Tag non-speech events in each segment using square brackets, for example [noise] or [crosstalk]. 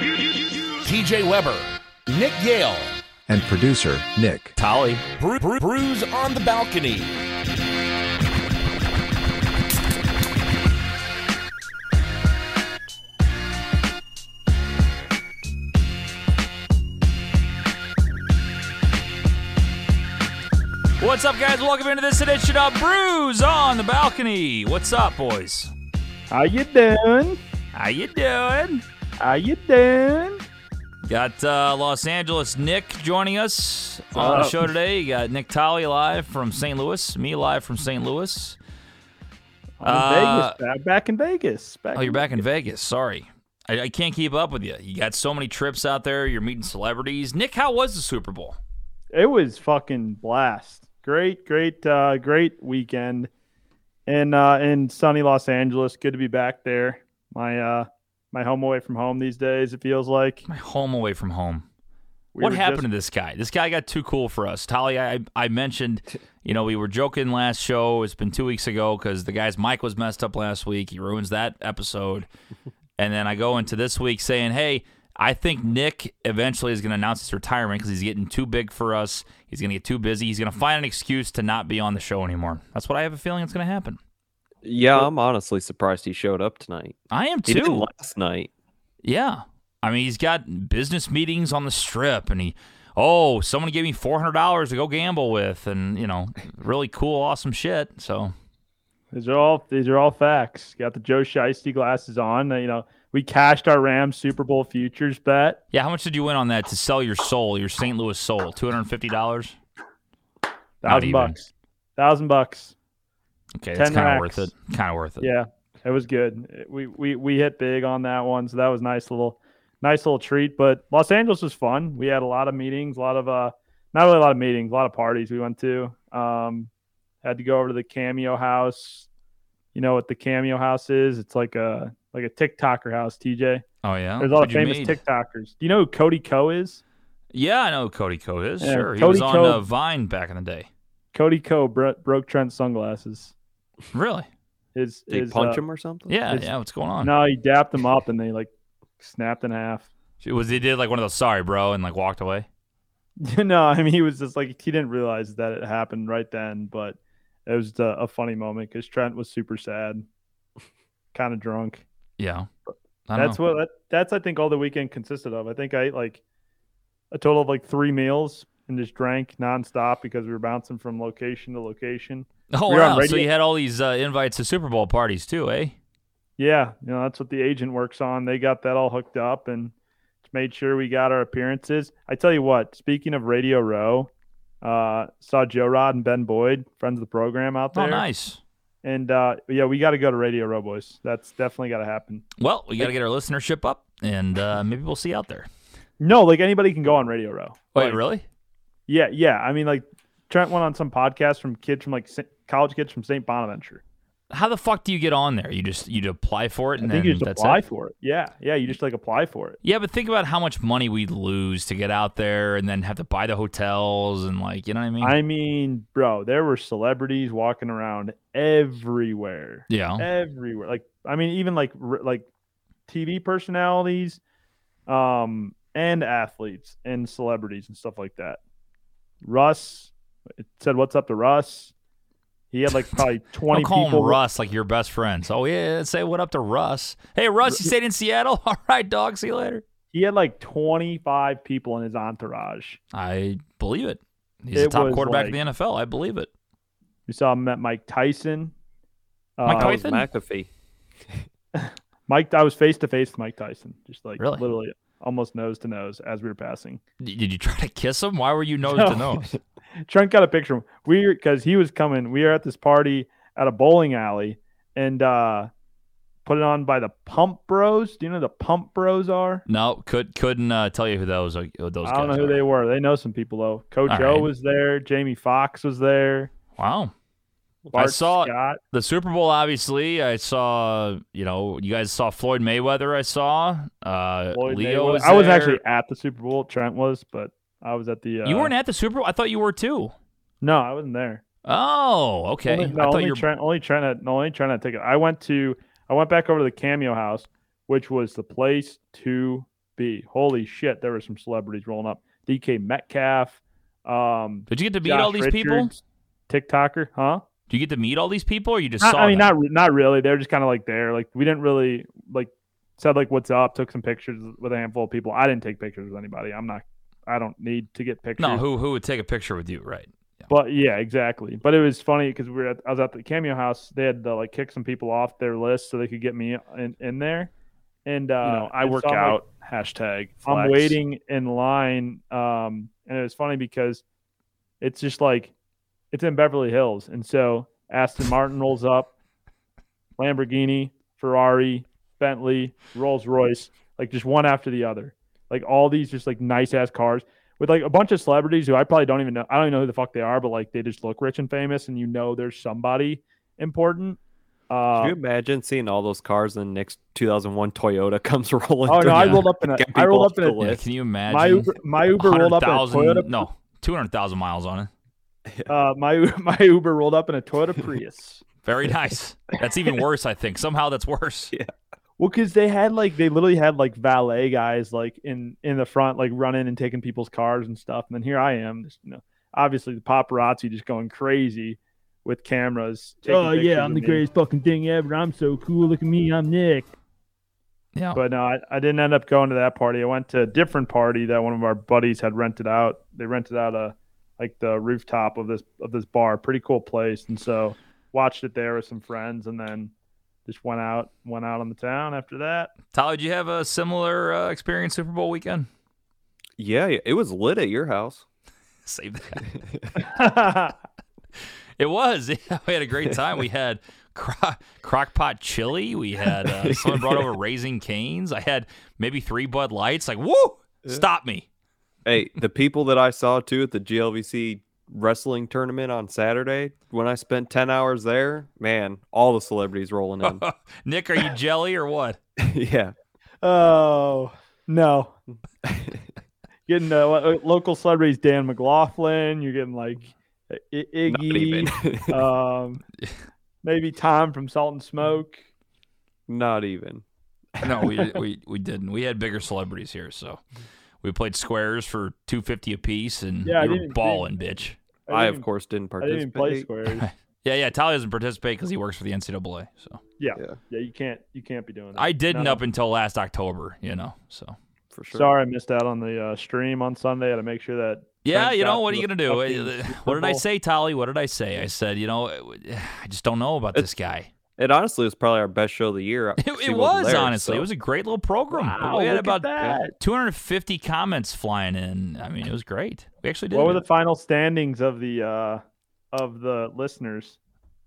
TJ Weber, Nick Yale, and producer Nick Tolly. Bru- bru- brews on the balcony. What's up, guys? Welcome into this edition of Brews on the Balcony. What's up, boys? How you doing? How you doing? How you doing? Got uh, Los Angeles Nick joining us on the up? show today. You got Nick Tolley live from St. Louis, me live from St. Louis. I'm Uh, in Vegas. Back, back in Vegas. Back Oh, you're back in Vegas. Sorry. I, I can't keep up with you. You got so many trips out there. You're meeting celebrities. Nick, how was the Super Bowl? It was fucking blast. Great, great, uh, great weekend in uh, in sunny Los Angeles. Good to be back there. My uh, my home away from home these days. It feels like. My home away from home. We what were happened just- to this guy? This guy got too cool for us. Tali, I, I mentioned, you know, we were joking last show. It's been two weeks ago because the guy's mic was messed up last week. He ruins that [laughs] episode. and then I go into this week saying, hey, I think Nick eventually is going to announce his retirement because he's getting too big for us. He's going to get too busy. He's going to find an excuse to not be on the show anymore. That's what I have a feeling it's going to happen. Yeah, I'm honestly surprised he showed up tonight. I am He too. didn't last night. Yeah. I mean, he's got business meetings on the strip and he, oh, someone gave me $400 to go gamble with and, you know, really cool, awesome shit. So, These are all these are all facts. Got the Joe Shiesty glasses on. Uh, You know, we cashed our Rams Super Bowl futures bet. yeah, how much did you win on that to sell your soul, your St. Louis soul? $250? Not Thousand even. bucks. Thousand bucks. Okay, that's 10 kind of racks. worth it. Kind of worth it. Yeah, it was good. We we we hit big on that one, so that was nice little nice little treat. But Los Angeles was fun. We had a lot of meetings, a lot of uh, not really a lot of meetings, a lot of parties we went to. Um, had to go over to the Cameo House. You know what the Cameo House is? It's like a like a TikToker house. TJ, Oh, yeah. there's a lot What'd of you famous meet? TikTokers. Do you know who Cody Ko is? Yeah, I know who Cody Code is. Yeah, sure. He Cody was on Ko- uh, Vine back in the day. Cody Ko bro- broke Trent's sunglasses. Really? His Did his, he punch uh, him or something? Yeah, It's- yeah. What's going on? No, he dapped them up and they like snapped in half. She- Was he did like one of those sorry, bro, and like walked away? [laughs] no, I mean he was just like he didn't realize that it happened right then, but it was a, a funny moment because Trent was super sad, [laughs] kind of drunk. Yeah. I don't That's know. what that, that's I think all the weekend consisted of. I think I ate like a total of like three meals and just drank nonstop because we were bouncing from location to location. Oh we were on wow! So radio- you had all these uh, invites to Super Bowl parties too, eh? Yeah, you know that's what the agent works on. They got that all hooked up and made sure we got our appearances. I tell you what, speaking of Radio Row, uh, saw Joe Rod and Ben Boyd, friends of the program out there. Oh, nice. And uh, yeah, we got to go to Radio Row, boys. That's definitely got to happen. Well, we got to get our listenership up, and uh, maybe we'll see you out there. No, like anybody can go on Radio Row. Wait, Like, really? Yeah, yeah. I mean, like Trent went on some podcast from kids from like Sa- college kids from St. Bonaventure. How the fuck do you get on there? You just you apply for it, I and think then you just that's apply it. for it. Yeah, yeah. You just like apply for it. Yeah, but think about how much money we'd lose to get out there, and then have to buy the hotels, and like you know what I mean? I mean, bro, there were celebrities walking around everywhere, yeah. everywhere. Like, I mean, even like r- like TV personalities, um, and athletes and celebrities and stuff like that. Russ it said, "What's up to Russ?" He had like probably [laughs] Don't twenty call people. him Russ like your best friend. So yeah, say what up to Russ. Hey Russ, you stayed in Seattle. [laughs] All right, dog. See you later. He had like twenty-five people in his entourage. I believe it. He's the It top was quarterback like- of the NFL. I believe it. We saw him met Mike Tyson. Uh, Mike That Oh, was Tyson? McAfee. Mike, I was face to face with Mike Tyson, just like Really? literally almost nose to nose as we were passing. D- Did you try to kiss him? Why were you [laughs] nose No. to nose? Trent got a picture. of him. We because he was coming. We were at this party at a bowling alley and uh put it on by the Pump Bros. Do you know who the Pump Bros are? No, could couldn't uh, tell you who those are- who those. I don't know guys who are. they were. They know some people though. Coach All O right. was there. Jamie Fox was there. Wow, Bart saw- Scott. the Super Bowl. Obviously, I saw. You know, you guys saw Floyd Mayweather. I saw. Uh, Floyd Leo. Mayweather. Was I was there. actually at the Super Bowl. Trent was, but I was at the. Uh, You weren't at the Super Bowl. I thought you were too. No, I wasn't there. Oh, okay. Only, no, I thought only you were. Trent, only Trent had, no, only Trent had ticket. I went to, I went back over to the Cameo House, which was the place to be. Holy shit, there were some celebrities rolling up. DK Metcalf, um, Did you get to meet Josh all these people? Richards, TikToker, huh? Do you get to meet all these people, or you just Not- saw? I mean, them? not re- not really. They were just kind of like there. Like we didn't really like said like what's up. Took some pictures with a handful of people. I didn't take pictures with anybody. I'm not. I don't need to get pictures. No, who who would take a picture with you, right? But yeah, exactly. But it was funny because we were at, I was at the cameo house. They had to like kick some people off their list so they could get me in, in there. And uh, you know, I and work so I'm, like, out. hashtag. I'm flex. waiting in line. Um, and it was funny because it's just like it's in Beverly Hills. And so Aston Martin rolls up, Lamborghini, Ferrari, Bentley, Rolls Royce, like just one after the other. Like all these just like nice ass cars with like a bunch of celebrities who I probably don't even know. I don't even know who the fuck they are, but like they just look rich and famous and you know there's somebody important. Could Uh, you imagine seeing all those cars and the next 2001 Toyota [laughs] comes rolling? oh through? no, I Yeah. rolled up in a Get I rolled up in people a off the Yeah, list. can you imagine? my Uber, my Uber rolled up in a 100,000 Toyota No, two hundred thousand miles on it. Uh, my [laughs] my Uber rolled up in a [laughs] Toyota Prius. Very [laughs] nice. That's even worse, I think. Somehow [laughs] that's worse. Well, because they had like they literally had like valet guys like in in the front like running and taking people's cars and stuff. And then here I am, just, you know, obviously the paparazzi just going crazy with Oh, cameras. taking pictures of me. fucking thing ever. I'm so cool. Look at me, I'm Nick. [laughs] Yeah. But no, I, I didn't end up going to that party. I went to a different party that one of our buddies had rented out. They rented out a like the rooftop of this of this bar, pretty cool place. And so watched it there with some friends, and then just went out went out on the town after that. Tyler, did you have a similar uh, experience Super Bowl [laughs] weekend? [laughs] Yeah, yeah, it was lit at your house. Save that. [laughs] yeah, [laughs] It was. [laughs] Yeah, we had a great time. We had cro- crockpot chili. We had uh, [laughs] someone brought over raising canes. I had maybe three Bud Lights. Like, woo! Stop me. Hey, the people that I saw too at the GLVC wrestling tournament on Saturday, when I spent 10 hours there, man, all the celebrities rolling [laughs] in. [laughs] Nick, [laughs] are you jelly or what? yeah. Oh no! [laughs] getting uh, lo- local celebrities, Dan McLaughlin. You're getting like I- I- Not even. [laughs] Iggy, um, maybe Tom from Salt and Smoke. Not even. No, we, [laughs] we we didn't. We had bigger celebrities here, so we played squares for two fifty apiece, and Yeah, I we were didn't- balling, bitch. I, didn't of course, didn't even- I didn't even play participate. squares. Yeah, yeah. Tally doesn't participate because he works for the NCAA. So yeah, you can't. You can't be doing that. I didn't No. up until last October, you know. So For sure. Sorry, I missed out on the uh, stream on Sunday. I had to make sure that. yeah, Trent you know got what are to you gonna the do? fucking Uh, What did I Bowl. say, Tally? What did I say? I said, you know, I just don't know about It- this guy. [laughs] It honestly was probably our best show of the year. It, because he it wasn't was there, honestly, so- it was a great little program. Wow, we had look at about that. 250 comments flying in. I mean, it was great. We actually did. What were it. the final standings of the uh, of the listeners?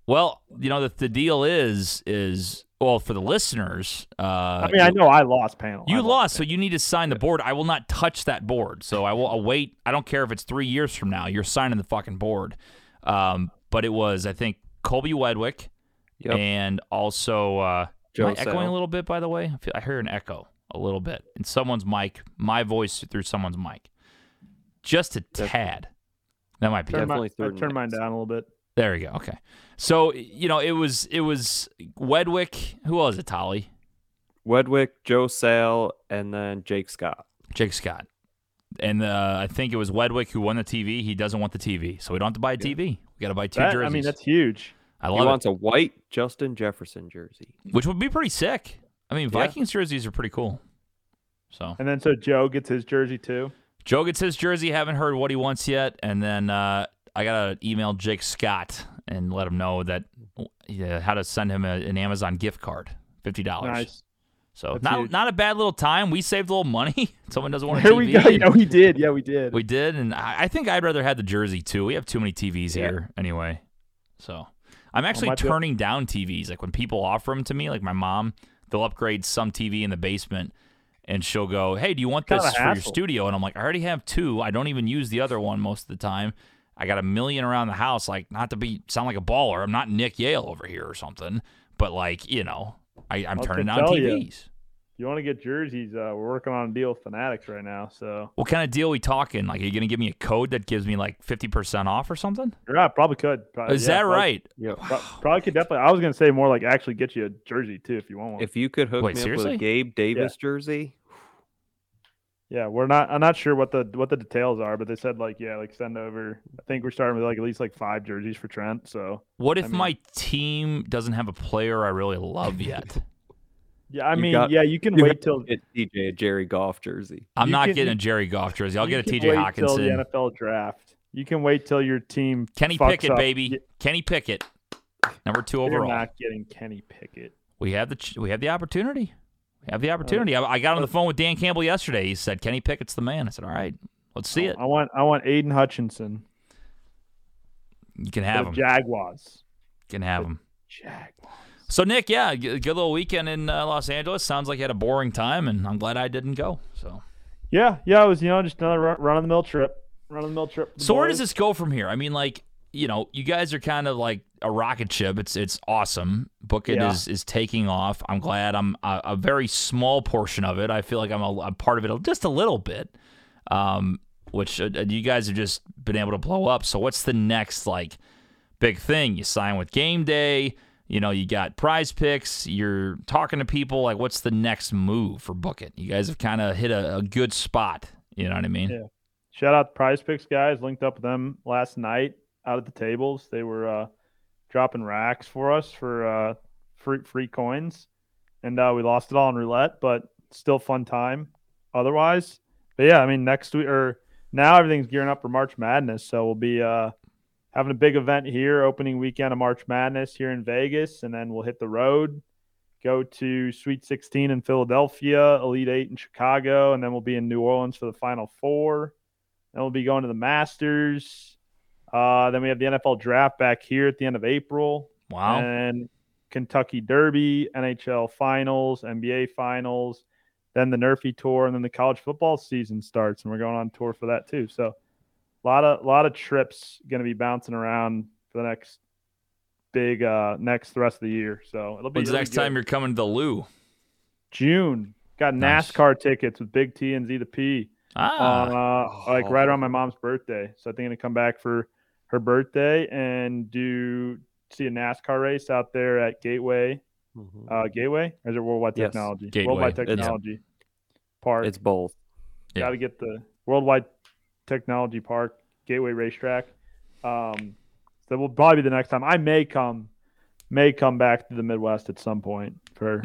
well, you know, the, the deal is is well for the listeners. Uh, I mean, I know I lost panel. I Oh, You lost, so you need to sign the board. I will not touch that board. So I will await. I don't care if it's three years from now. You're signing the fucking board. Um, but it was, I think, Colby Wedwick Yep. and also. Uh, am Joe I echoing Sal. a little bit, by the way? I, feel, I hear an echo a little bit in someone's mic, my voice through someone's mic. Just a tad. That might be it. Turn Definitely my, I third in turned mine next. down a little bit. There you go. Okay. So, you know, it was it was Wedwick. Who else? It Tolly? Wedwick, Joe Sale, and then Jake Scott. Jake Scott. And uh, I think it was Wedwick who won the TV. He doesn't want the TV, so we don't have to buy a TV. We got to buy two That- jerseys. I mean, that's huge. I He love wants a white Justin Jefferson jersey. it, which would be pretty sick. I mean, Vikings jerseys are pretty cool. So And then so Joe gets his jersey too. Joe gets his jersey. Haven't heard what he wants yet. And then uh, I got to email Jake Scott and let him know that yeah, how to send him a, an Amazon gift card, fifty dollars. Nice. So That's not huge. not a bad little time. We saved a little money. [laughs] Someone doesn't want a Here TV. we go. [laughs] Yeah, we did. Yeah, we did. We did, and I I think I'd rather had the jersey too. We have too many TVs here anyway. So I'm actually my bill- turning down TVs. Like when people offer them to me, like my mom, they'll upgrade some TV in the basement, and she'll go, "Hey, do you want Kinda this for your hassle. studio?" And I'm like, "I already have two. I don't even use the other one most of the time. I got a million around the house. Like not to be sound like a baller. I'm not Nick Yale over here or something, but like you know, I, I'm What to turning down tell ya? TVs. you want to get jerseys, uh, we're working on a deal with Fanatics right now. So What kind of deal we talking? Like, are you gonna give me a code that gives me like fifty percent off or something? you're right, probably could. Probably, Is Uh, yeah, that probably- right? pro- probably could definitely. I was gonna say more like actually get you a jersey too if you want one. If you could hook Wait, me up with seriously? a Gabe Davis jersey, yeah, we're not. I'm not sure what the what the details are, but they said like yeah, like send over. I think we're starting with like at least like five jerseys for Trent. So What if I mean- my team doesn't have a player I really [laughs] love yet? yeah, I You mean got- yeah, you can you wait till get DJ a Jerry Golf jersey. I'm You not can- getting a Jerry Goff jersey. I'll you get a can TJ wait till Hawkinson. the NFL draft. You can wait till your team. Kenny fucks Pickett, up. baby. Y- Kenny Pickett, number two You're overall. not getting Kenny Pickett. We have the ch- we have the opportunity. We have the opportunity. I, I got on the phone with Dan Campbell yesterday. He said Kenny Pickett's the man. I said, all right, let's see it. I want I want Aiden Hutchinson. You can for have the him. You Jaguars. can have him. Jaguars. So Nick, yeah, g- good little weekend in uh, Los Angeles. Sounds like you had a boring time, and I'm glad I didn't go. So, Yeah, yeah, it was you know just another run, run of the mill trip, run of the mill trip. for the so where does boys. this go from here? I mean, like you know, you guys are kind of like a rocket ship. It's it's awesome. Book it is Yeah. is taking off. I'm glad. I'm a, a very small portion of it. I feel like I'm a, a part of it just a little bit. Um, which uh, you guys have just been able to blow up. So what's the next like big thing? You sign with Game Day. You know, you got prize picks, you're talking to people. Like, what's the next move for Book It? You guys have kind of hit a, a good spot. You know what I mean? Yeah. Shout out the Prize Picks guys. Linked up with them last night out at the tables. They were uh, dropping racks for us for uh, free free coins, and uh, we lost it all in roulette, but still fun time. Otherwise, but yeah, I mean next week or now everything's gearing up for March Madness, so we'll be uh, having a big event here, opening weekend of March Madness here in Vegas, and then we'll hit the road. Go to Sweet 16 in Philadelphia, Elite Eight in Chicago, and then we'll be in New Orleans for the Final Four. Then we'll be going to the Masters. Uh, then we have the NFL draft back here at the end of April. Wow. And Kentucky Derby, NHL Finals, NBA Finals, then the Nerfy Tour, and then the college football season starts, and we're going on tour for that too. So, a lot of lot of trips going to be bouncing around for the next big uh next the rest of the year. So it'll be When's the it'll be next time good. you're coming to the Lou? June. Got Nice. NASCAR tickets with Big T and Z to P on Ah, uh, like right around my mom's birthday. So I think I'm gonna come back for her birthday and do see a NASCAR race out there at Gateway. Uh, Gateway or is it Worldwide Yes. Technology? Gateway. Worldwide It's- Technology Park. It's both. Yeah. Got to get the Worldwide Technology Park Gateway Racetrack. Um, that will probably be the next time. I may come, may come back to the Midwest at some point for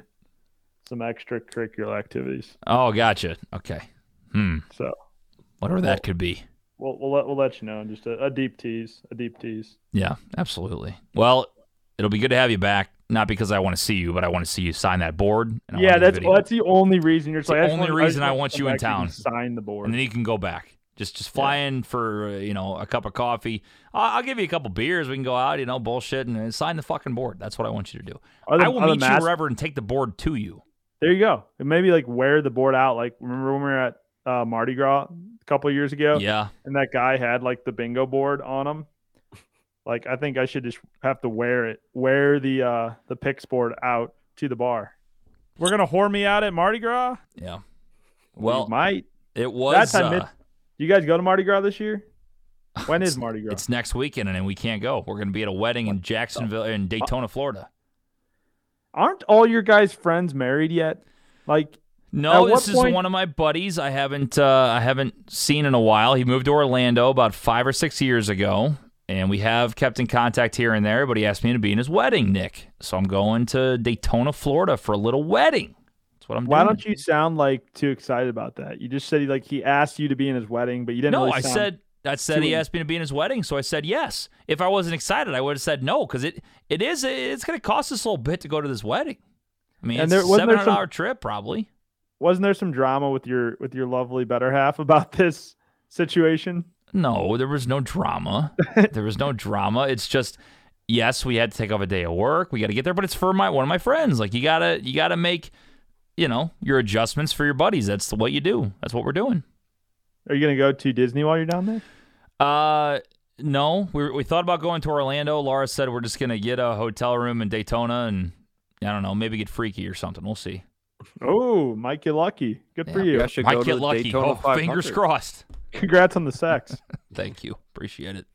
some extracurricular activities. oh, gotcha. Okay. Hmm. So Whatever that could be. we'll we'll let, we'll let you know. Just a, a deep tease, a deep tease. Yeah, absolutely. Well, it'll be good to have you back. Not because I want to see you, but I want to see you sign that board. And I yeah, wanna do that's video. that's the only reason you're the like, I just only want- I just reason I to want come you in back so can town. Sign the board. and then you can go back. Just just fly in for uh, you know a cup of coffee. I'll, I'll give you a couple beers. We can go out, you know, bullshit, and, and sign the fucking board. That's what I want you to do. Are the- I will are the meet you mas- wherever and take the board to you. There you go. And maybe like wear the board out. Like remember when we were at uh, Mardi Gras a couple of years ago, Yeah, and that guy had like the bingo board on him. Like I think I should just have to wear it, wear the uh the picks board out to the bar. We're gonna whore me out at Mardi Gras. yeah. We Well, might it was. that's I uh, missed- you guys go to Mardi Gras this [laughs] year? When is Mardi Gras? It's next weekend, and we can't go. We're going to be at a wedding in Jacksonville, in Daytona, Florida. Aren't all your guys' friends married yet? Like No, At this what is point- one of my buddies. I haven't uh, I haven't seen in a while. He moved to Orlando about five or six years ago, and we have kept in contact here and there. But he asked me to be in his wedding, Nick. So I'm going to Daytona, Florida, for a little wedding. That's what I'm Why doing. don't you sound like too excited about that? You just said like he asked you to be in his wedding, but you didn't. No, really I sound- said I said too- he asked me to be in his wedding, so I said yes. If I wasn't excited, I would have said no because it it is it's going to cost us a little bit to go to this wedding. I mean, And it's there- a wasn't seven there hundred some- hour trip probably. Wasn't there some drama with your with your lovely better half about [laughs] this situation? No, there was no [laughs] drama. there was no drama. It's just yes, we had to take off a day of work. We got to get there, but it's for my one of my friends. Like you gotta you gotta make you know your adjustments for your buddies. That's what you do. That's what we're doing. Are you gonna go to Disney while you're down there? Uh, no, we we thought about going to Orlando. Laura said we're just gonna get a hotel room in Daytona and I don't know, maybe get freaky or something. We'll see. Oh, Mike, you lucky. Good for Yeah. you. I should Might go to get the lucky. Daytona Oh, 500. fingers crossed. Congrats on the [laughs] sex. Thank you. Appreciate it.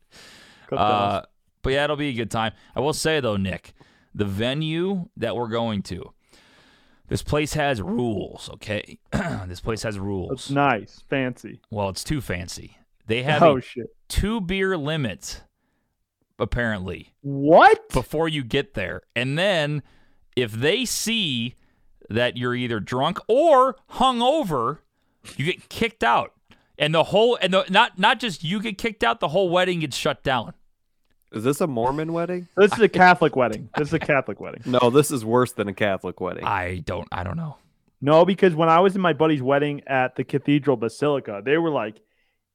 Clip Uh, those. but yeah, it'll be a good time. I will say though, Nick, the venue that we're going to, this place has rules. Okay, [clears throat] this place has That's rules. nice, fancy. well, it's too fancy. They have oh a shit! two beer limit, apparently, What? before you get there, and then if they see that you're either drunk or hungover, you get kicked out. And the whole and the, not not just you get kicked out, the whole wedding gets shut down. Is this a Mormon wedding? This is a Catholic wedding. This is a Catholic wedding. No, this is worse than a Catholic wedding. I don't I don't know. No, because when I was in my buddy's wedding at the Cathedral Basilica, they were like,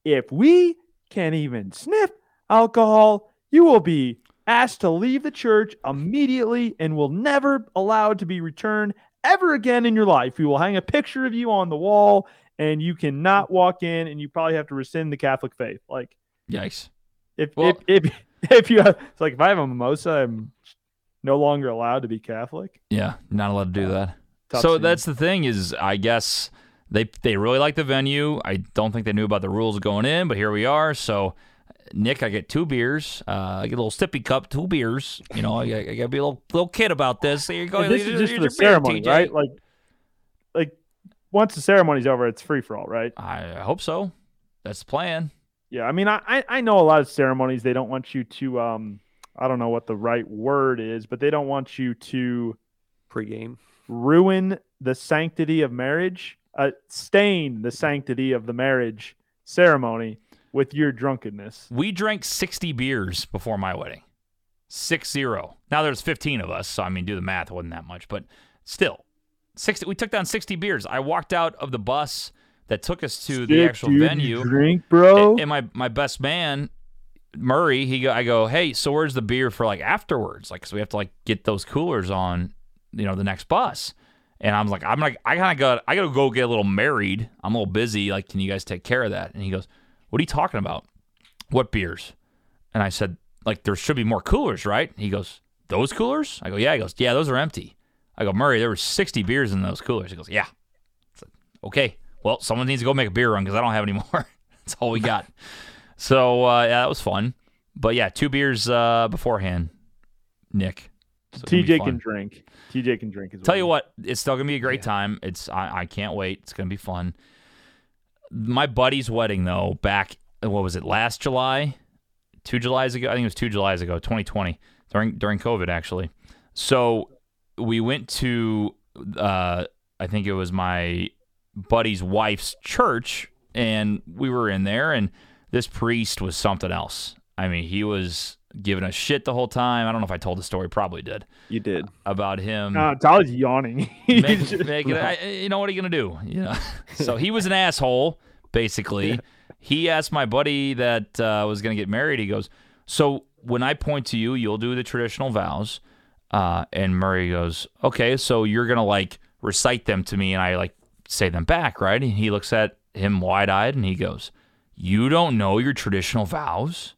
if we can't even sniff alcohol, you will be asked to leave the church immediately and will never allowed to be returned ever again in your life. We will hang a picture of you on the wall and you cannot walk in and you probably have to rescind the Catholic faith. Like Yikes. if Well- if, if [laughs] if you have, it's like if I have a mimosa, I'm no longer allowed to be Catholic. Yeah, not allowed to do that. Tough so scene. that's the thing is, I guess they they really like the venue. I don't think they knew about the rules going in, but here we are. So, Nick, I get two beers. Uh, I get a little sippy cup, two beers. You know, I, I gotta be a little little kid about this. There you go. And this Here's is just your for the beer, ceremony, TJ. right? Like, like once the ceremony's over, it's free for all, right? I hope so. That's the plan. Yeah, I mean, I I- I know a lot of ceremonies they don't want you to um I don't know what the right word is, but they don't want you to Pre-game. ruin the sanctity of marriage, uh, stain the sanctity of the marriage ceremony with your drunkenness. We drank sixty beers before my wedding. Six zero. Now there's fifteen of us, so I mean, do the math. It wasn't that much, but still, sixty. We took down sixty beers. I walked out of the bus that took us to the Sick, actual dude, you venue. drink, bro. A- and my my best man Murray, he go, I go, hey, so where's the beer for like afterwards? Like, 'cause we have to like get those coolers on, you know, the next bus. And I'm like, I'm like, I kind of got, I gotta go get a little married. I'm a little busy. Like, can you guys take care of that? And he goes, what are you talking about? What beers? And I said, like, there should be more coolers, right? He goes, those coolers? I go, yeah. He goes, yeah, those are empty. I go, Murray, there were 60 beers in those coolers. He goes, yeah. I said, okay. Well, someone needs to go make a beer run because I don't have any more. [laughs] That's all we got. so uh, yeah, that was fun. But yeah, two beers uh, beforehand, Nick. So it's gonna be TJ fun. can drink. TJ can drink as well. Tell you what, it's still gonna be a great time. It's I, I can't wait. It's gonna be fun. My buddy's wedding though, back what was it last July, two Julys ago? I think it was two Julys ago, 2020 during during COVID actually. So we went to uh, I think it was my buddy's wife's church, and we were in there, and this priest was something else. I mean, he was giving us shit the whole time. I don't know if I told the story, probably did You did. about him. Uh, Tyler's yawning. [laughs] He's Make- just- make it- I- you know what are you gonna do? You know? [laughs] so he was an asshole, basically. He asked my buddy that uh, was gonna get married. He goes, "So when I point to you, you'll do the traditional vows." Uh, and Murray goes, "Okay, so you're gonna like recite them to me, and I like say them back, right?" And he looks at him wide eyed, and he goes, "You don't know your traditional vows?"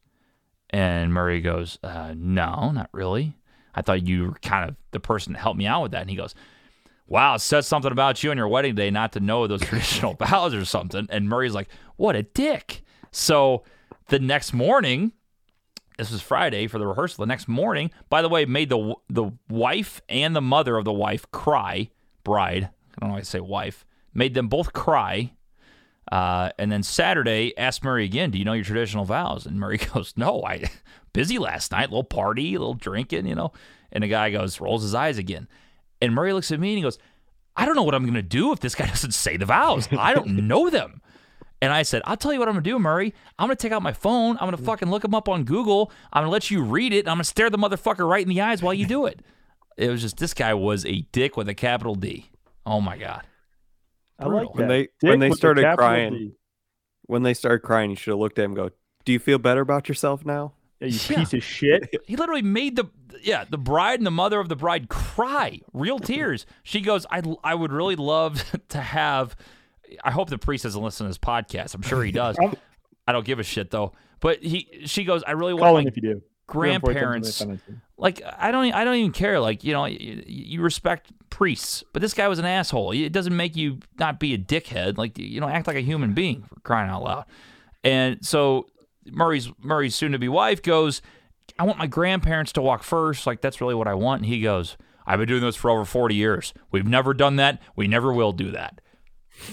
And Murray goes, uh, "No, not really. I thought you were kind of the person that helped me out with that." And he goes, wow, it says something about you on your wedding day not to know those [laughs] traditional vows or something. And Murray's like, what a dick. So the next morning, this was Friday for the rehearsal. The next morning, by the way, made the the wife and the mother of the wife cry. Bride, I don't know why I say wife, made them both cry. Uh, and then Saturday, asked Murray again, "Do you know your traditional vows?" And Murray [laughs] goes, "No, I busy last night, little party, little drinking, you know." And the guy goes, rolls his eyes again, and Murray looks at me and he goes, "I don't know what I'm gonna do if this guy [laughs] doesn't say the vows. [laughs] I don't know them." And I said, I'll tell you what I'm gonna do, Murray. I'm gonna take out my phone. I'm gonna Mm. fucking look them up on Google. I'm gonna let you read it. And I'm gonna stare the motherfucker right in the eyes while you do it. It was just this guy was a dick with a capital D. Oh my god. I like brutal. that. When they- when Dick they with a started capital crying. D. When they started crying, you should have looked at him and go, Do you feel better about yourself now? Yeah, you Yeah. piece of shit. [laughs] He literally made the yeah the bride and the mother of the bride cry real tears. She goes, I I would really love [laughs] to have. I hope the priest doesn't listen to this podcast. I'm sure he does. I don't give a shit though. But he she goes, I really Call want in my if you do. e, grandparents. Like I don't I don't even care. Like you know you, you respect priests, but this guy was an asshole. It doesn't make you not be a dickhead. Like you know, act like a human being for crying out loud. And so Murray's Murray's soon-to-be wife goes, "I want my grandparents to walk first. Like that's really what I want." And he goes, "I've been doing this for over 40 years. We've never done that. We never will do that."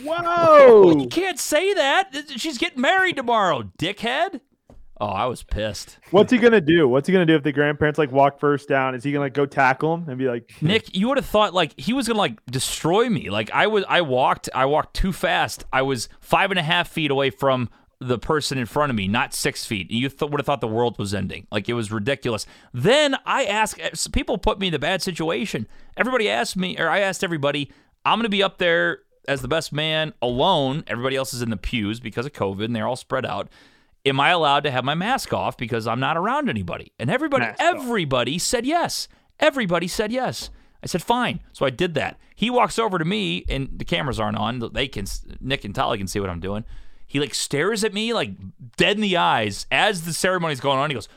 Well, you Whoa! can't say that. She's getting married tomorrow, dickhead. Oh, I was pissed. [laughs] What's he gonna do? What's he gonna do if the grandparents like walk first down? Is he gonna like go tackle him and be like, Nick, you would have thought like he was gonna like destroy me. Like I was, I walked, I walked too fast. I was five and a half feet away from the person in front of me, not six feet. You th- would have thought the world was ending. Like it was ridiculous. Then I asked s- people put me in the bad situation. Everybody asked me, or I asked everybody, I'm gonna be up there as the best man alone. Everybody else is in the pews because of COVID, and they're all spread out. Am I allowed to have my mask off because I'm not around anybody? And everybody, everybody said yes. Everybody said yes. I said fine, so I did that. He walks over to me, and the cameras aren't on. They can Nick and Tolly can see what I'm doing. He like stares at me like dead in the eyes as the ceremony's going on. He goes,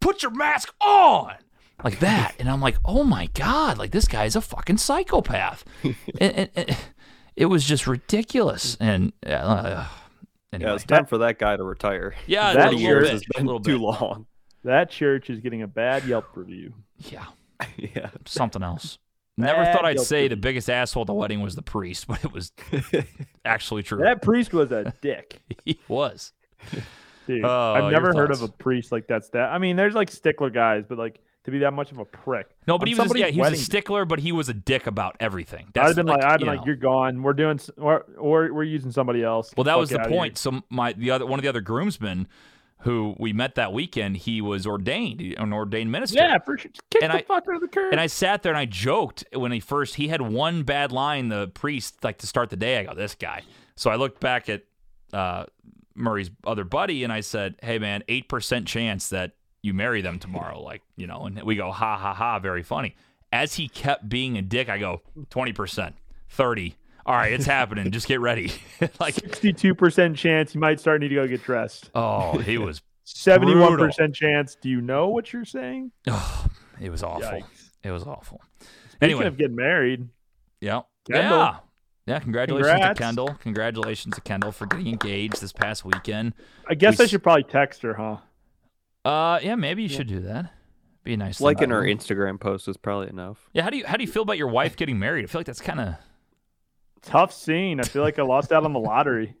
"Put your mask on." Like that, and I'm like, "Oh my god! Like this guy's a fucking psychopath." and, and- and it was just ridiculous. And uh, anyway, Yeah, it's time for that guy to retire. yeah, That a Forty little years bit, has a little been too bit. long. [laughs] "That church is getting a bad Yelp review." Yeah, Yeah. [laughs] something else. Never Bad thought I'd guilt say trip. the biggest asshole at the wedding was the priest, [laughs] but [laughs] it was actually true. That priest was [laughs] a dick. he was. Dude, Oh, your I've never heard of a thoughts. priest like that's that. I mean, there's like stickler guys, but like to be that much of a prick. No, but On he was, yeah, somebody's he was a wedding- stickler, but he was a dick about everything. I'd That's have been like, I'd been you like, know. you're gone. We're doing, s- or or we're using somebody else. Well, that Fuck was the outta here." point. So my the other one of the other groomsmen who we met that weekend, he was ordained, an ordained minister. Yeah, for sure. Just Kick And the I- fuck out of the curb. And I sat there and I joked when he first he had one bad line. The priest like to start the day. I go, this guy. So I looked back at uh, Murray's other buddy and I said, hey man, eight percent chance that you marry them tomorrow. Like you know, and we go ha ha ha, very funny. As he kept being a dick, I go twenty percent, thirty. All right, it's happening. Just get ready. [laughs] like, Sixty-two percent chance you might start need to go get dressed. oh, he was, Seventy-one percent chance. Do you know what you're saying? oh, it was awful. Yikes. It was awful. Speaking Anyway, of getting married, Yeah. Kendall. Yeah. Yeah. Congratulations Congrats. to Kendall. Congratulations to Kendall for getting engaged this past weekend. I guess I s- should probably text her, huh? Uh, yeah. Maybe you should do that. Be nice. to Liking know. our Instagram post is probably enough. Yeah. How do you How do you feel about your wife getting married? I feel like that's kind of. Tough scene. I feel like I lost out on the [laughs] lottery.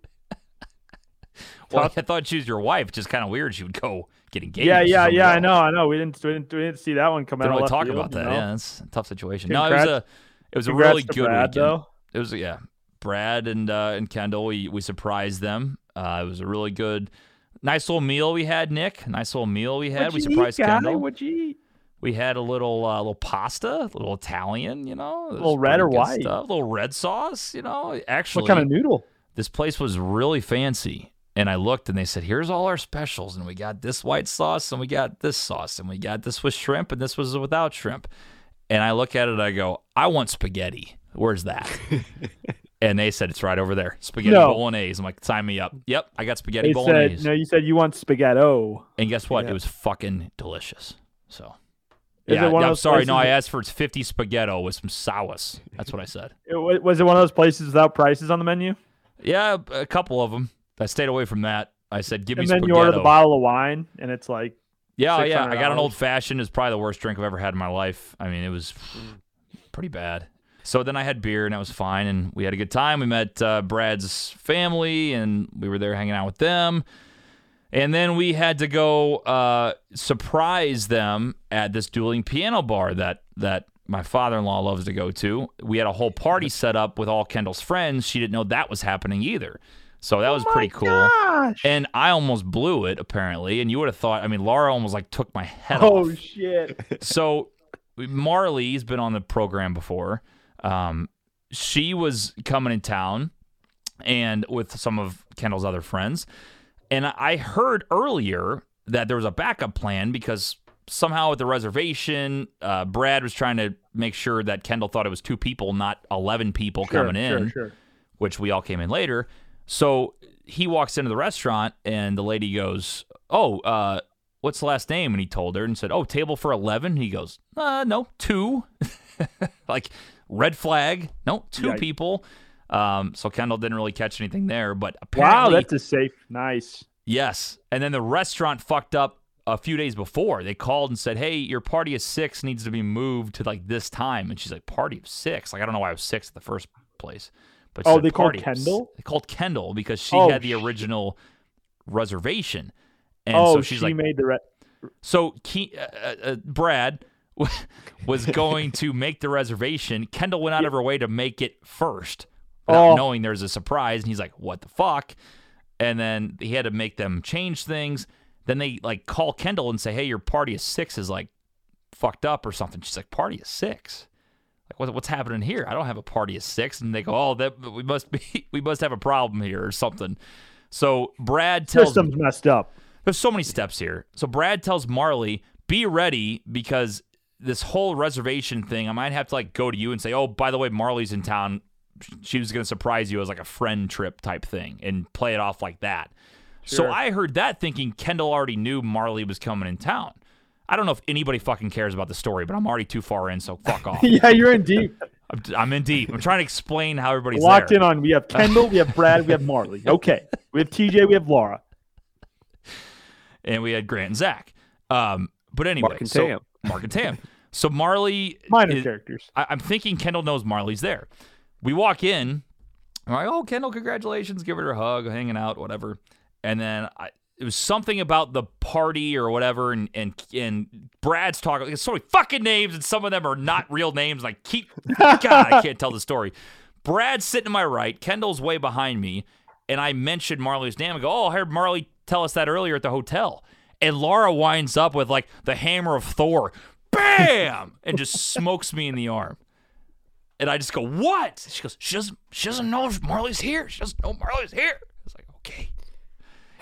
Well, Tough. I thought she was your wife. Just kind of weird. She would go get engaged. Yeah, to yeah, somebody yeah. I else. know, I know. We didn't, we didn't, we didn't see that one come out. Didn't of really left talk field, about you that. know? Yeah, that's a tough situation. no, it was Congrats- a. It was a Congrats really to good Brad, weekend. though. It was yeah. Brad and uh, and Kendall, we we surprised them. Uh, it was a really good, nice little meal we had. Nick, nice little meal we had. we surprised Kendall. What'd you eat? We had a little uh, little pasta, a little Italian, you know, It Little was red pretty or good white? stuff. a little red sauce, you know. Actually, What kind of noodle? this place was really fancy, and I looked, and they said, "Here's all our specials, and we got this white sauce, and we got this sauce, and we got this with shrimp, and this was without shrimp." And I look at it, I go, "I want spaghetti. [laughs] Where's that?" and they said, "It's right over there, spaghetti No. bolognese." I'm like, "Sign me up." Yep, I got spaghetti They bolognese, said no. You said you want spaghetto. and guess what? Yeah. It was fucking delicious. So. Is Yeah, it one of I'm those sorry. No, I places- asked for 50 spaghetto with some sowas. That's what [laughs] I said. It wa- was it one of those places without prices on the menu? Yeah, a couple of them. I stayed away from that. I said, give me and then spaghetto. you order the bottle of wine, and it's like yeah, yeah. I got an $600. old fashioned. It's probably the worst drink I've ever had in my life. I mean, it was Mm. pretty bad. So then I had beer and that was fine. And we had a good time. We met uh, Brad's family and we were there hanging out with them. And then we had to go uh, surprise them at this dueling piano bar that that my father-in-law loves to go to. We had a whole party set up with all Kendall's friends. She didn't know that was happening either. So that was pretty cool. And I almost blew it apparently. And you would have thought, I mean, Laura almost like took my head off oh shit. so Marley's been on the program before. Um, she was coming in town and with some of Kendall's other friends. And I heard earlier that there was a backup plan because somehow at the reservation, uh, Brad was trying to make sure that Kendall thought it was two people, not 11 people Sure, coming in sure, sure. which we all came in later. So he walks into the restaurant and the lady goes, "Oh, uh, what's the last name?" And he told her and said, "Oh, table for 11." He goes, "Uh, no, two. [laughs] like, Red flag. No, two Yikes. people. Um, so Kendall didn't really catch anything there, but Wow, apparently, that's a safe. Nice. yes. And then the restaurant fucked up a few days before. They called and said, "Hey, your party of six needs to be moved to like this time." And she's like, "Party of six? Like I don't know why I was six in the first place." But she Oh, said, they called "Party of s-" Kendall? They called Kendall because she Oh, had the shit. original reservation, and oh, so she's she like, made the re- so Ke- uh, uh, uh, Brad [laughs] was going to make the reservation. Kendall went out of her way to make it first, without Oh. knowing there's a surprise. And he's like, "What the fuck?" And then he had to make them change things. Then they like call Kendall and say, "Hey, your party of six is like fucked up or something." She's like, "Party of six? Like what, what's happening here? I don't have a party of six. And they go, "Oh, that we must be [laughs] we must have a problem here or something." So Brad tells system's messed [laughs] up. there's so many steps here. So Brad tells Marley, be ready because this whole reservation thing, I might have to like go to you and say, oh, by the way, Marley's in town. She was going to surprise you as like a friend trip type thing and play it off like that. So Sure. I heard that thinking Kendall already knew Marley was coming in town. I don't know if anybody fucking cares about the story, but I'm already too far in, so fuck [laughs] off. yeah, you're in [laughs] deep. I'm, I'm in deep. I'm trying to explain how everybody's Locked there. in on. We have Kendall, we have Brad, we have Marley. [laughs] Okay, we have TJ, we have Laura. and we had Grant and Zach. Um, but anyway, Mark and so, Tam. Mark and Tam. So Marley Minor is- characters. I, I'm thinking Kendall knows Marley's there. We walk in. I'm like, oh, Kendall, congratulations. Give her a hug, hanging out, whatever. And then I, it was something about the party or whatever. And and, and Brad's talking. There's so many fucking names, and some of them are not real names. And I keep, God, I can't tell the story. Brad's sitting to my right. Kendall's way behind me. And I mentioned Marley's name. I go, oh, I heard Marley tell us that earlier at the hotel. And Laura winds up with like the hammer of Thor. Bam! And just smokes me in the arm. And I just go, "What?" She goes, "She doesn't. She doesn't know if Marley's here. She doesn't know Marley's here." I was like, "Okay."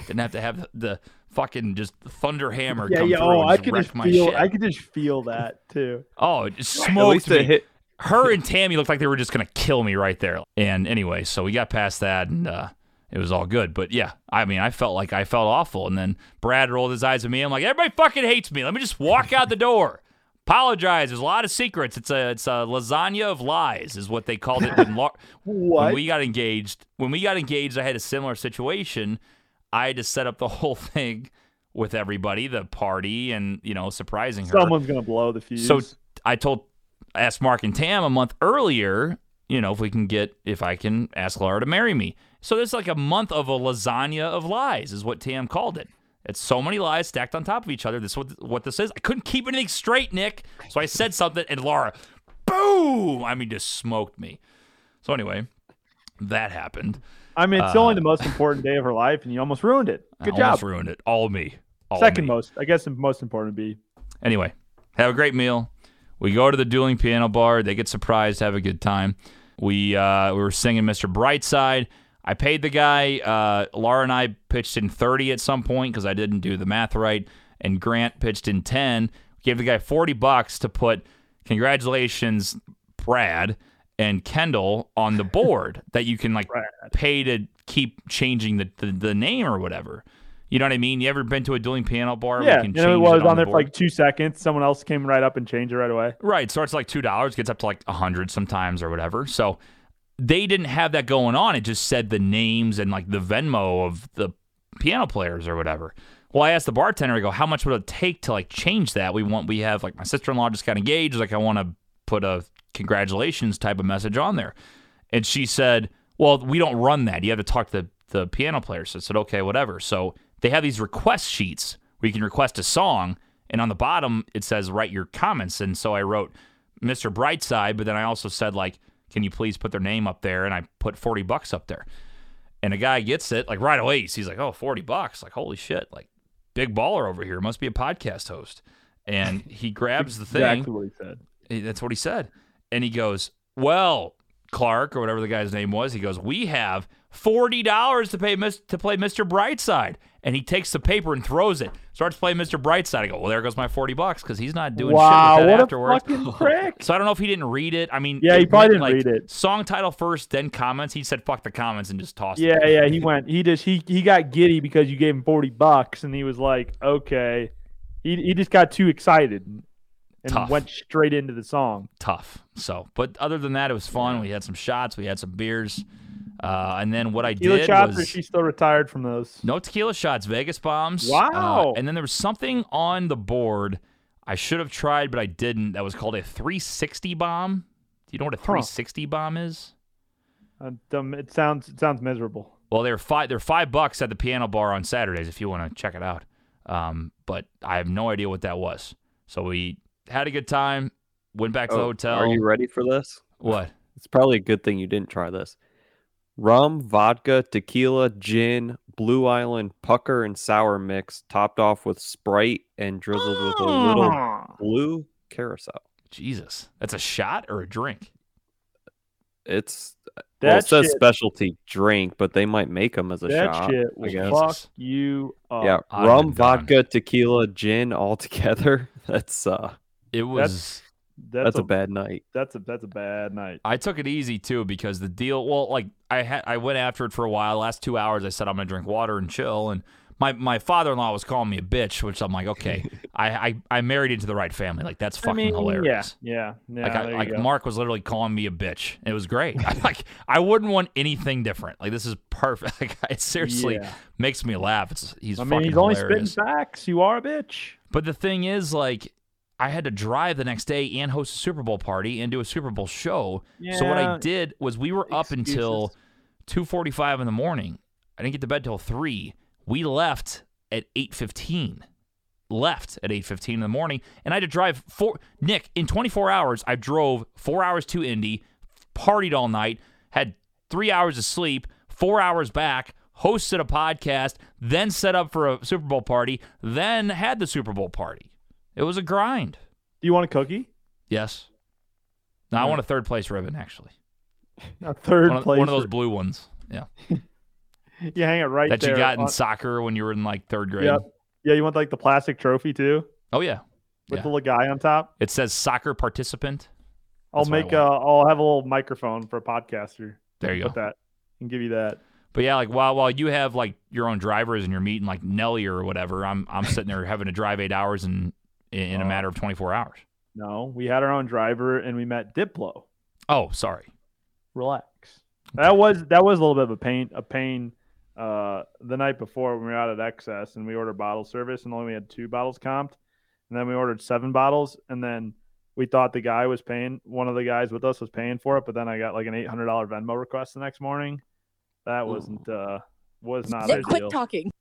Didn't have to have the, the fucking just thunder hammer Yeah, come yeah. through Oh, and I just could wreck just my feel. shit. I could just feel that too. Oh, it just At smoked least me. it hit. Her and Tammy looked like they were just gonna kill me right there. And anyway, so we got past that, and uh, it was all good. But yeah, I mean, I felt like I felt awful. And then Brad rolled his eyes at me. I'm like, everybody fucking hates me. Let me just walk out the door. Apologize. There's a lot of secrets. It's a it's a lasagna of lies, is what they called it when, Lar- when What? we got engaged. When we got engaged, I had a similar situation. I had to set up the [laughs] whole thing with everybody, the party, and you know, surprising [laughs] her. Someone's gonna blow the fuse. So I told, I asked Mark and Tam a month earlier, you know, if we can get, if I can ask Laura to marry me. So there's like a month of a lasagna of lies, is what Tam called it. It's so many lies stacked on top of each other. This is what, what this is. I couldn't keep anything straight, Nick. So I said something, and Laura, boom! I mean, just smoked me. So anyway, that happened. I mean, it's only the most important day of her life, and you almost ruined it. Good uh, I job. Almost ruined it. All me. All Second me. most, I guess, the most important would be Anyway, have a great meal. We go to the dueling piano bar. They get surprised, have a good time. We uh, we were singing Mr. Brightside. I paid the guy. Uh, Laura and I pitched in 30 at some point because I didn't do the math right. And Grant pitched in 10. Gave the guy 40 bucks to put congratulations, Brad and Kendall on [laughs] the board that you can like pay to keep changing the, the, the name or whatever. You know what I mean? You ever been to a dueling piano bar? where you yeah. can You know, it change was on, on the there for board? like two seconds. Someone else came right up and changed it right away. Right. Starts at like two dollars, gets up to like a hundred sometimes or whatever. So they didn't have that going on. It just said the names and like the Venmo of the piano players or whatever. Well, I asked the bartender, I go, how much would it take to like change that? We want we have like my sister in law just got engaged, like I want to put a congratulations type of message on there. And she said, Well, we don't run that. You have to talk to the, the piano player. So I said, Okay, whatever. So they have these request sheets where you can request a song. And on the bottom, it says, Write your comments. And so I wrote Mr. Brightside, but then I also said, like, can you please put their name up there? And I put 40 bucks up there. And a guy gets it like right away. He's like, oh, 40 bucks. Like, holy shit. Like, big baller over here. Must be a podcast host. And [laughs] he grabs the thing. Exactly what he said. He- That's what he said. And he goes, Well, Clark, or whatever the guy's name was, he goes, We have $40 to pay mis- to play Mr. Brightside. And he takes the paper and throws it. Starts playing Mr. Brightside. I go, Well, there goes my 40 bucks because he's not doing wow, shit with that what afterwards. a [laughs] fucking prick! So I don't know if he didn't read it. I mean, Yeah, he it probably went, didn't like, read it. Song title first, then comments. He said, "Fuck the comments" and just tossed. Yeah, [laughs] it. yeah, he went. He just he he got giddy because you gave him forty bucks, and he was like, okay. He he just got too excited. and Tough. went straight into the song. tough. So, but other than that, it was fun. We had some shots, we had some beers, uh, and then what I Tequila did shots, or was she's still retired from those. no tequila shots, Vegas bombs. uh, Wow. and then there was something on the board I should have tried, but I didn't. That was called a 360 bomb. Do you know what a 360 bomb is? Uh, dumb. It sounds it sounds miserable. Well, they're five. They're five bucks at the piano bar on Saturdays if you want to check it out. Um, but I have no idea what that was. So we had a good time. Went back to the Oh, hotel. Are you ready for this? what? It's probably a good thing you didn't try this. Rum, vodka, tequila, gin, Blue Island, pucker, and sour mix, topped off with Sprite and drizzled with a Ah. little blue carousel. Jesus, that's a shot or a drink? It's That well, it says shit, specialty drink, but they might make them as a that shot. shit will guess. fuck you up. yeah, I'd rum, been done. vodka, tequila, gin all [laughs] together. That's uh, It was. that's, that's, a, bad night. That's a that's a bad night. I took it easy too because the deal. Well, like I had, I went after it for a while. Last two hours, I said I'm gonna drink water and chill. And my my father in law was calling me a bitch, which I'm [laughs] like, okay, I, I I married into the right family. Like that's fucking I mean, hilarious. Yeah, yeah. yeah Like, I, there you like go. Mark was literally calling me a bitch. It [laughs] was great. [laughs] I, like I wouldn't want anything different. Like this is perfect. [laughs] Like it seriously Yeah. makes me laugh. It's he's I fucking mean, he's only spitting hilarious. facts. You are a bitch. But the thing is, like, I had to drive the next day and host a Super Bowl party and do a Super Bowl show. So what I Yeah. did was we were up until two forty five in the morning. I didn't get to bed till three. We left at eight fifteen. Left at eight fifteen in the morning, and I had to drive four. Nick, in twenty four hours, I drove four hours to Indy, partied all night, had three hours of sleep, four hours back, hosted a podcast, then set up for a Super Bowl party, then had the Super Bowl party. It was a grind. Do you want a cookie? Yes. Now I want a third place ribbon, actually. A third One of, place. one of those blue ones. Yeah. You hang it right that there. you got in on- soccer when you were in like third grade. Yep. Yeah, you want like the plastic trophy too, Oh yeah. with Yeah. the little guy on top. It says soccer participant. I'll That's what I make. Uh, I'll have a little microphone for a podcaster. There you Put go. that and give you that. But yeah, like while while you have like your own drivers and you're meeting like Nelly or whatever, I'm I'm sitting there having to drive eight hours in in a Oh. matter of twenty four hours. No, we had our own driver and we met Diplo. Oh, sorry. Relax. That was that was a little bit of a pain a pain uh the night before when we were out at excess and we ordered bottle service and only we had two bottles comped and then we ordered seven bottles and then we thought the guy was paying one of the guys with us was paying for it but then I got like an eight hundred dollar Venmo request the next morning. That wasn't uh was not Nick, quit ideal. talking.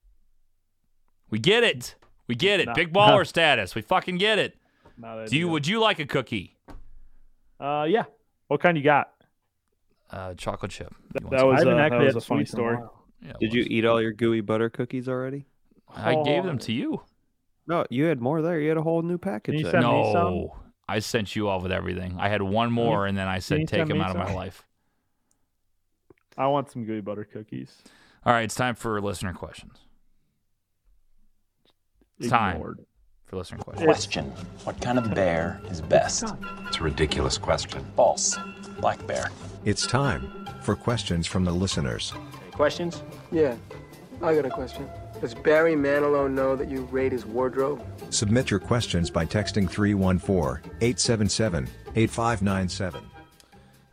We get it. We get it. No. Big [laughs] baller status. We fucking get it. Not Do you ideal. would you like a cookie? uh yeah. What kind you got? Uh, chocolate chip. You want That some- was, I haven't uh, that actually was had a funny sweets in a story. while. Yeah, it Did you was. eat all your gooey butter cookies already? I gave Oh. them to you. No, you had more there. You had a whole new package. you there. send me some? No, I sent you off with everything. I had one more, and then I you said, "Take send him me out of my some? life." I want some gooey butter cookies. All right, it's time for listener questions. It's time Ignored. for listener questions. Question What kind of bear is best? It's a ridiculous question. False. Black bear. It's time for questions from the listeners. Questions? Yeah, I got a question. Does Barry Manilow know that you raid his wardrobe? Submit your questions by texting 314 877 8597.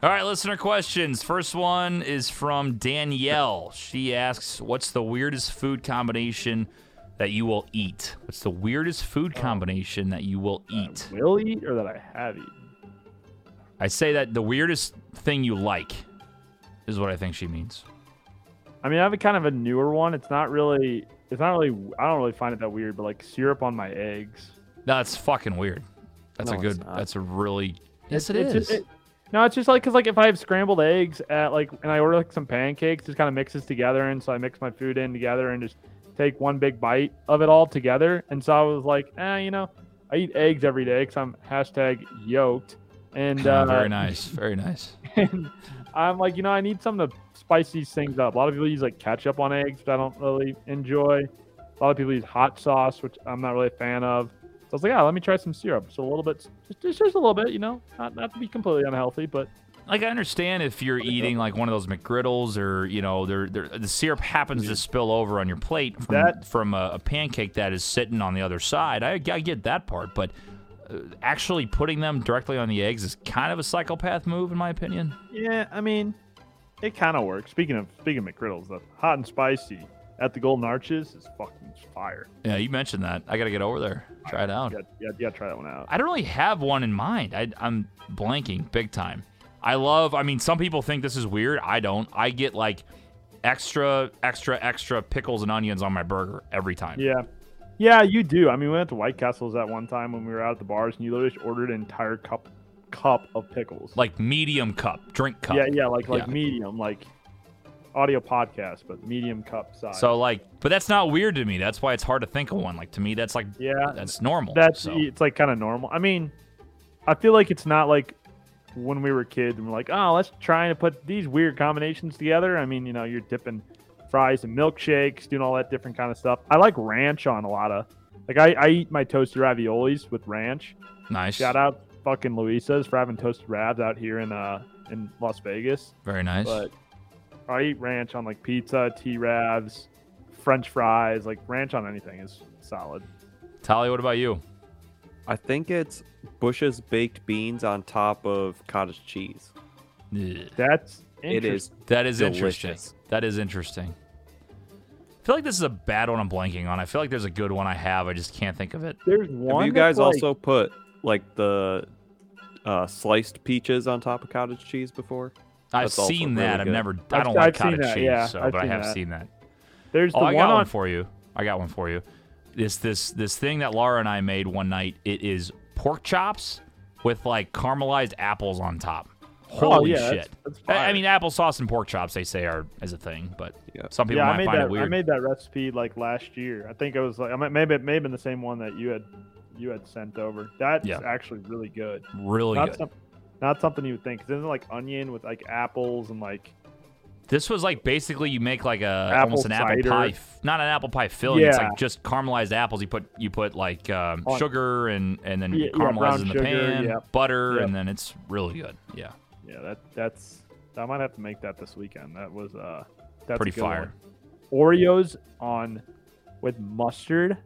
All right, listener questions. First one is from Danielle. She asks, "What's the weirdest food combination that you will eat? What's the weirdest food Oh. combination that you will eat?" Will eat or that I have eaten. I say that the weirdest thing you like is what I think she means. I mean, I have a kind of a newer one. It's not really. It's not really. I don't really find it that weird, but like syrup on my eggs. That's fucking weird. That's a No, good. it's not. That's a really. Yes, it's just- it- no, it's just like because like if I have scrambled eggs at like and I order like some pancakes, just kind of mixes together, and so I mix my food in together and just take one big bite of it all together. And so I was like, ah, you know, I eat eggs every day because I'm hashtag yoked, and Oh, uh, [laughs] very nice. Very nice. and I'm like, you know, I need something to spice these things up. A lot of people use like ketchup on eggs, which I don't really enjoy. A lot of people use hot sauce, which I'm not really a fan of. So I was like, yeah, let me try some syrup. So a little bit, just, just, just a little bit, you know, not, not to be completely unhealthy, but Like I understand if you're eating like one of those McGriddles or you know, they're, they're, the syrup happens to spill over on your plate from That- from a, a pancake that is sitting on the other side. I, I get that part, but uh, actually putting them directly on the eggs is kind of a psychopath move, in my opinion. Yeah, I mean, it kind of works. Speaking of speaking of McGriddles, the hot and spicy at the Golden Arches is fucking fire. Yeah, you mentioned that. I got to get over there, try it out. Yeah, yeah, yeah. Try that one out. I don't really have one in mind. I, I'm blanking big time. I love. I mean, some people think this is weird. I don't. I get like extra, extra, extra pickles and onions on my burger every time. Yeah. Yeah, you do. I mean, we went to White Castle's that one time when we were out at the bars, and you literally just ordered an entire cup cup of pickles. Like medium cup, drink cup. yeah, yeah, like like Yeah. medium, like audio podcast, but medium cup size. So like, but that's not weird to me. That's why it's hard to think of one. Like to me, that's like yeah, that's normal. that's e- so. it's like kind of normal. I mean, I feel like it's not like when we were kids and we're like, oh, let's try to put these weird combinations together. I mean, you know, you're dipping fries and milkshakes, doing all that different kind of stuff. I like ranch on a lot of. Like I, I eat my toasted raviolis with ranch. nice. Shout out fucking Luisa's for having toasted ravs out here in uh in Las Vegas. Very nice. But I eat ranch on like pizza, T ravs, French fries, like ranch on anything is solid. Tali, what about you? I think it's Bush's baked beans on top of cottage cheese. Ugh. That's It is. That is Delicious. interesting. That is interesting. I feel like this is a bad one I'm blanking on. I feel like there's a good one I have. I just can't think of it. There's one. Have you guys that's, like- also put like the uh, sliced peaches on top of cottage cheese before? I've That's also seen really that. I've good. never. I I've- don't like I've seen cottage that, cheese, yeah. so, I've but I seen have that. seen that. There's the Oh, I one got on one for you. I got one for you. This this this thing that Laura and I made one night. It is pork chops with like caramelized apples on top. Holy Oh, yeah, that's- shit! that's I- I, fire. mean, applesauce and pork chops they say are as a thing, but Yeah. some people yeah, I might made find that. it I weird. made that recipe like last year. I think it was like I might maybe it may have been the same one that you had you had sent over. That's Yeah. actually really good. really not good. some- not something you would think. Cause isn't it like onion with like apples and like This was like basically you make like a Apple almost an cider. apple pie, f- not an apple pie filling. It's Yeah. like just caramelized apples. You put you put like um, On- sugar and and then Yeah, yeah, caramelizes brown in the sugar, pan, yep, butter, yep. and then it's really good. Yeah, yeah that that's I might have to make that this weekend. That was uh that's a pretty good one. fire. Oreos on with mustard.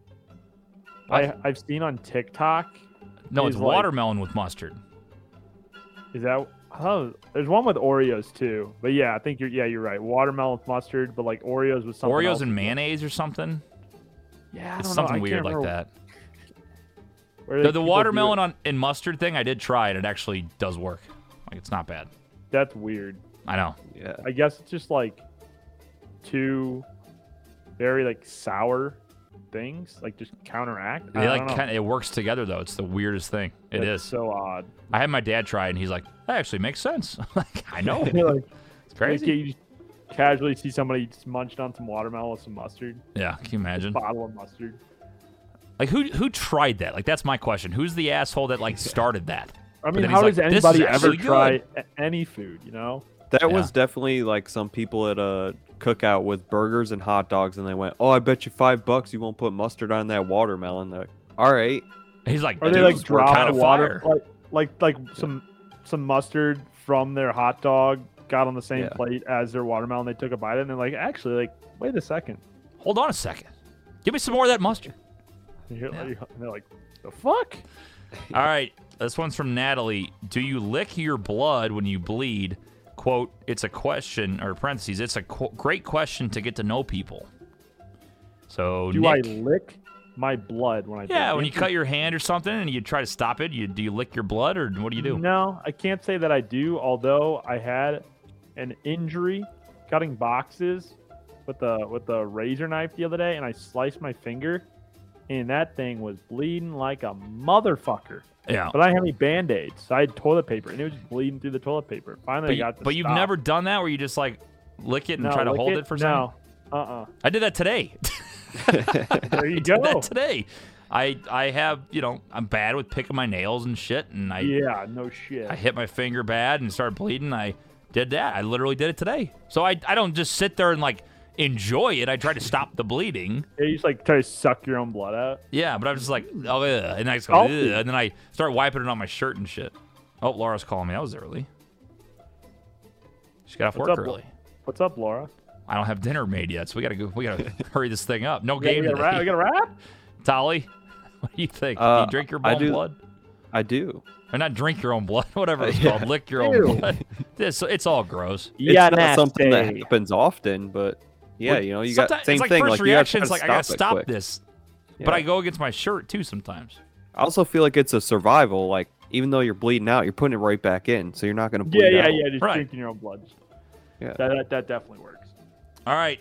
I What? I've seen on TikTok. No, it's is like- watermelon with mustard. Is that oh? There's one with Oreos too. But yeah, I think you're yeah you're right. Watermelon with mustard, but like Oreos with something. Oreos else. and mayonnaise or something. Yeah, I It's don't something know. I weird can't like remember that. where The, people the do it. watermelon on and mustard thing I did try and it actually does work. Like it's not bad. That's weird. I know. Yeah. I guess it's just like two very like sour things, like just counteract. I They like don't know. kind of, it works together though. It's the weirdest thing. It That's is. so [laughs] odd. I had my dad try it and he's like, that actually makes sense. [laughs] like I [laughs] know. Like, like, It's crazy. you just casually see somebody just munched on some watermelon with some mustard, Yeah, can you imagine? bottle of mustard. Like who who tried that? Like that's my question. Who's the asshole [laughs] that like started that? I then mean, he's how does like, "This is anybody ever actually try a- any food? You know, That was definitely like some people at a cookout with burgers and hot dogs, and they went, "Oh, I bet you five bucks you won't put mustard on that watermelon." They're like, "All right, He's like, are Dude, they like we're dropping kind of water, fire. like like like some some mustard from their hot dog got on the same Yeah. plate as their watermelon? They took a bite and they're like, actually, like wait a second. [laughs] Hold on a second. Give me some more of that mustard. And you're- Yeah. you're- and they're like, the fuck? All right, this one's from Natalie. Do you lick your blood when you bleed? Quote, it's a question, or parentheses, it's a qu- great question to get to know people. So, Do Nick, I lick my blood when I? yeah, drink? when you cut your hand or something and you try to stop it, you do you lick your blood or what do you do? No, I can't say that I do. Although I had an injury cutting boxes with a with a razor knife the other day, and I sliced my finger, and that thing was bleeding like a motherfucker. Yeah. But I didn't have any band aids, so I had toilet paper, and it was just bleeding through the toilet paper. Finally, But, I you, got. to but you've stop. never done that where you just like lick it and No, try to lick hold it, for a second? no. [laughs] Uh I did that today. uh There you did go. that today. I I have you know I'm bad with picking my nails and shit, and I Yeah, no shit. I hit my finger bad and started bleeding. I did that. I literally did it today. So I I don't just sit there and like enjoy it. I try to stop the bleeding. Yeah, you just like try to suck your own blood out. Yeah, but I'm just like oh ugh, and I just go ugh, Healthy. and then I start wiping it on my shirt and shit. Oh, Laura's calling me. That was early. She got off What's work up, Lau- early. What's up, Laura? I don't have dinner made yet, so we gotta go. We gotta hurry this thing up. No We game got a today. wrap. We got a wrap. Tolly, what do you think? do Uh, you drink your I own do- blood? I do. Or not drink your own blood, [laughs] whatever [laughs] it's called. Lick your own blood. It's, it's all gross. Yeah, it's not something that nasty. happens often, but yeah, you know, you got Sometimes- same it's like thing. First like you reaction gotta is try like, to I gotta it stop quick. this. But Yeah. I go against my shirt too sometimes. I also feel like it's a survival. Like even though you're bleeding out, you're putting it right back in, so you're not gonna bleed Yeah, yeah, out. yeah. Just Right. drinking your own blood. Yeah. That, that that definitely works. All right,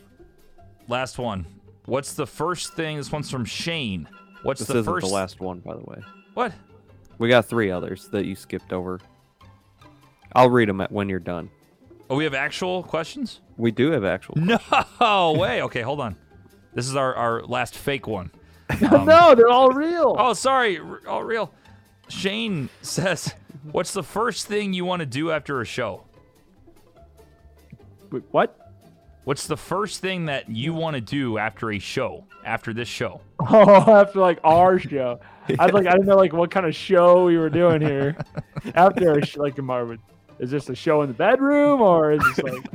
last one. What's the first thing? This one's from Shane. What's This the isn't first? the last one, by the way. What? We got three others that you skipped over. I'll read them at when you're done. Oh, we have actual [laughs] questions? We do have actual. No way. Okay, hold on. This is our, our last fake [laughs] one. No, they're all real. Oh, sorry. r- All real. Shane says, What's the first thing you want to do after a show? Wait, what? [laughs] What's the first thing that you want to do after a show? After this show? Oh, after like our show, I was like, I didn't know like what kind of show we were doing [laughs] here. After a sh- like, am I- is this a show in the bedroom or is this like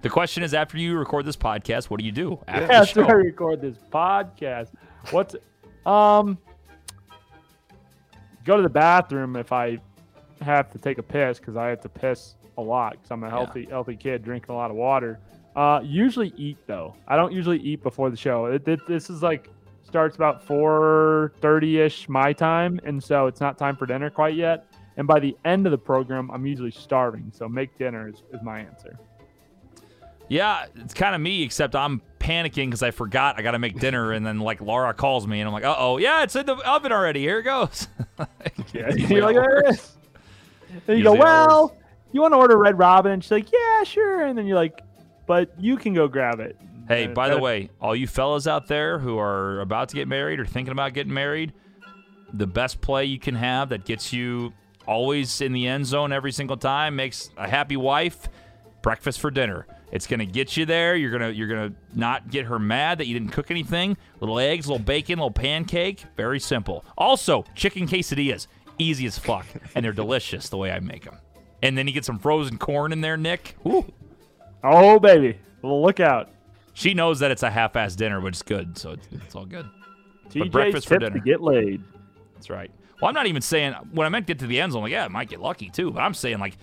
The question is after you record this podcast, what do you do after the after show? I record this podcast? What's um? Go to the bathroom if I have to take a piss because I have to piss a lot because I'm a healthy healthy kid drinking a lot of water. Uh, usually eat though. I don't usually eat before the show. It, it, this is like starts about four thirty ish my time, and so it's not time for dinner quite yet. And by the end of the program, I'm usually starving. So make dinner is, is my answer. Yeah, it's kind of me, except I'm panicking because I forgot I got to make dinner, and then like Laura calls me, and I'm like, uh oh, yeah, it's in the oven already. Here it goes. [laughs] Yeah, Usually you're like, "Ah, that [laughs] there it is. And you go, Usually that well, works. you want to order Red Robin? And she's like, yeah, sure. And then you're like, but you can go grab it. hey, Uh, by the that- way, all you fellas out there who are about to get married or thinking about getting married, the best play you can have that gets you always in the end zone every single time makes a happy wife. Breakfast for dinner. It's gonna get you there. You're gonna you're gonna not get her mad that you didn't cook anything. Little eggs, little bacon, little pancake. Very simple. Also, chicken quesadillas, easy as fuck, and they're [laughs] delicious the way I make them. And then you get some frozen corn in there, Nick. Woo. Oh, baby. Well, look out. She knows that it's a half-ass dinner, but it's good, so it's, it's all good. TJ's breakfast for tips dinner. to get laid. That's right. Well, I'm not even saying when I meant get to the end zone, like yeah, I might get lucky too, but I'm saying like,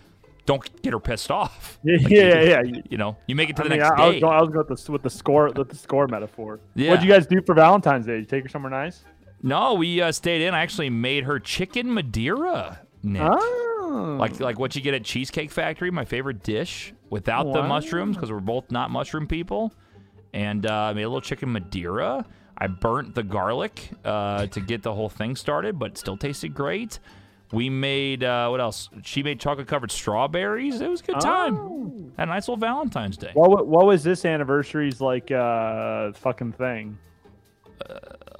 don't get her pissed off. [laughs] [laughs] Yeah, Like, yeah, yeah. You know, you make it to I the mean, I, next I was day. going, I was going with the, with the score, with the score metaphor. Yeah. What'd you guys do for Valentine's Day? Did you take her somewhere nice? No, we uh, stayed in. I actually made her chicken Madeira, Nick. Oh. Like like what you get at Cheesecake Factory, my favorite dish, without the Wow. mushrooms because we're both not mushroom people. And uh, I made a little chicken Madeira. I burnt the garlic uh, to get the whole thing started, but it still tasted great. We made uh, what else? She made chocolate covered strawberries. It was a good time. Had a nice little Valentine's Day. Oh. What, wa- what was this anniversary's like uh, fucking thing?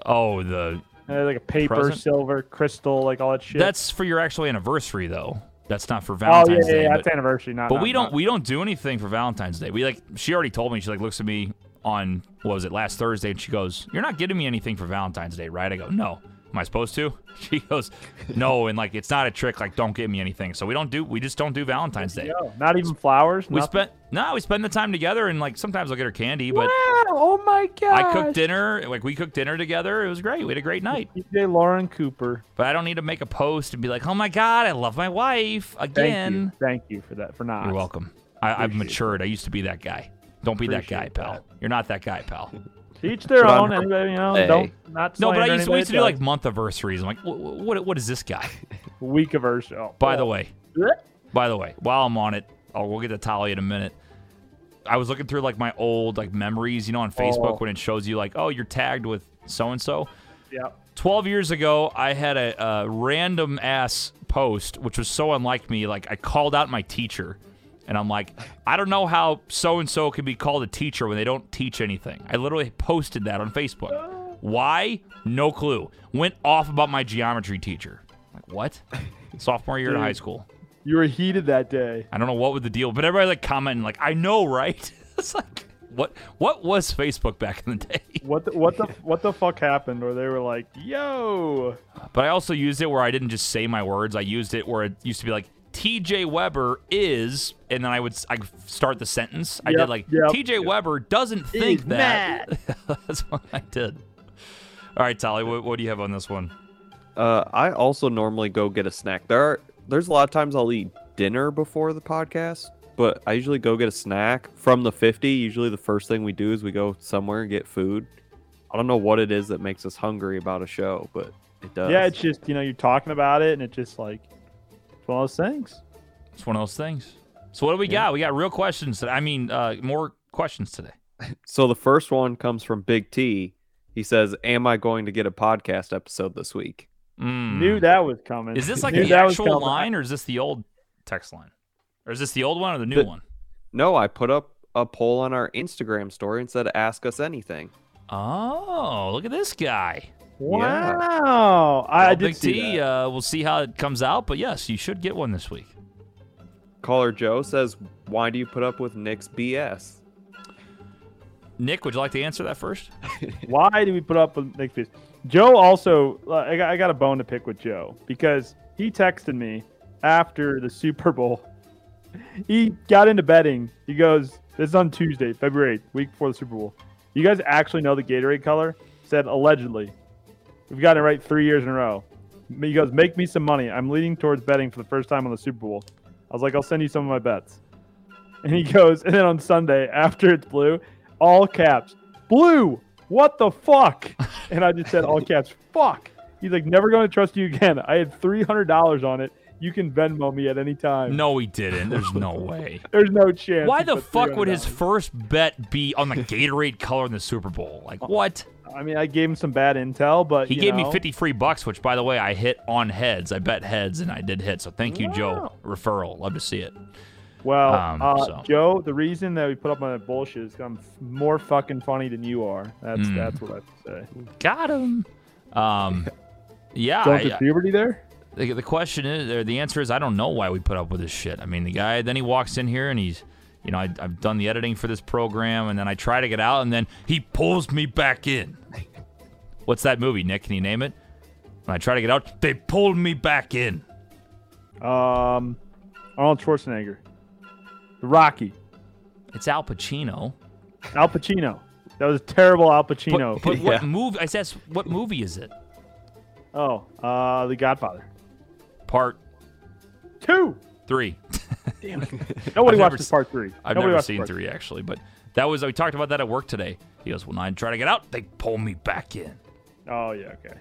Oh, the Uh, like a paper, Present? silver, crystal, like all that shit. that's for your actual anniversary though. That's not for oh yeah, Valentine's yeah, Day. yeah but- that's anniversary. Not, But not- we don't not- we don't do anything for Valentine's Day. We like she already told me she like looks at me on what was it last Thursday and she goes, "You're not getting me anything for Valentine's Day, right?" I go, "No." Am I supposed to? [laughs] She goes, "No," and like it's not a trick. Like don't give me anything. So we don't do we just don't do Valentine's Day. No, not even flowers. We nothing? spent no, we spend the time together and like sometimes I'll get her candy, but Wow, oh my god. I cooked dinner. Like we cooked dinner together. It was great. We had a great night. DJ Lauren Cooper. But I don't need to make a post and be like, "Oh my god, I love my wife Thank again." you. Thank you for that. For not. You're welcome. I, I've matured. I used to be that guy. Don't be that guy, Appreciate pal. You're not that guy, pal. Teach their But own. I'm- Anybody, you know, Hey. don't not. No, but I slander used to, we anybody used to that do like does. month anniversaries. I'm like, what, what, what is [laughs] this guy? week of our show. By the way, Blech. by the way, while I'm on it, oh, we'll get to Tali in a minute. I was looking through like my old like memories, you know, on Facebook Oh. when it shows you like, oh, you're tagged with so and so. yeah. 12 years ago, I had a, a random ass post, which was so unlike me. Like, I called out my teacher, and I'm like, I don't know how so and so can be called a teacher when they don't teach anything. I literally posted that on Facebook. Why? No clue. Went off about my geometry teacher. Like, what? Sophomore year in high school. You were heated that day. I don't know what was the deal, but everybody like commenting, like, I know, right? [laughs] it's like, what? What was Facebook back in the day? What the [laughs] what the what the fuck happened? Where they were like, "Yo, But I also used it where I didn't just say my words. I used it where it used to be like TJ Weber is, and then I would I start the sentence. I did Yep, like yep. TJ Weber doesn't think [laughs] that. That's what I did. All right, Tolly, what, what do you have on this one? Uh, I also normally go get a snack. There are there's a lot of times I'll eat dinner before the podcast, but I usually go get a snack from the 50. Usually the first thing we do is we go somewhere and get food. I don't know what it is that makes us hungry about a show, but it does. Yeah, it's just you know you're talking about it, and it just like it's one of those things. It's one of those things. So what do we got? We got real questions. That, I mean, uh, more questions today. So the first one comes from Big T. He says, "Am I going to get a podcast episode this week?" Mm. Knew that was coming. Is this like Knew the that was actual coming. line, or is this the old text line, or is this the old one or the new The- one? No, I put up a poll on our Instagram story and said, "Ask us anything." Oh, look at this guy. Wow, I, I Well, did Big see T. that. Uh, we'll see how it comes out, but yes, you should get one this week. Caller Joe says, "Why do you put up with Nick's BS?" Nick, would you like to answer that first? [laughs] Why do we put up with Nick Fuse? Joe also, like, I got, I got a bone to pick with Joe because he texted me after the Super Bowl. He got into betting. He goes, "This is on Tuesday, February 8th, week before the Super Bowl. You guys actually know the Gatorade color?" Said allegedly. We've gotten it right three years in a row. He goes, "Make me some money. I'm leaning towards betting for the first time on the Super Bowl." I was like, "I'll send you some of my bets." And he goes, and then on Sunday [laughs] after it's blue, all caps, blue. What the fuck? And I just said all caps, fuck. He's like, never going to trust you again. I had three hundred dollars on it. You can Venmo me at any time. No, he didn't. There's no way. There's no chance. [laughs] Why he the put fuck would his $300. first bet be on the Gatorade color in the Super Bowl? Like what? I mean, I gave him some bad intel, but He you gave know. me 50 free bucks, which by the way, I hit on heads. I bet heads and I did hit. So thank you, Joe. Referral. Love to see it. Well, Um, uh, so. Joe, the reason that we put up on that bullshit is 'cause I'm f- more fucking funny than you are. That's Mm. that's what I have to say. Got him. Um Yeah, Don't I- uh, the puberty there? the, the question is, or the answer is, I don't know why we put up with this shit. I mean, the guy, then he walks in here and he's, you know, I, I've done the editing for this program, and then I try to get out, and then he pulls me back in. What's that movie, Nick? Can you name it? When I try to get out, they pulled me back in. Um, Arnold Schwarzenegger, the Rocky, It's Al Pacino. Al Pacino. That was a terrible Al But, Pacino. [laughs] but what Yeah. movie? I guess what movie is it? oh, uh, The Godfather. Part Two. three. Nobody I've never watches s- part three. I've Nobody never watches seen part three actually, but that was we talked about that at work today. He goes, when I try to get out, they pull me back in. Oh yeah, okay.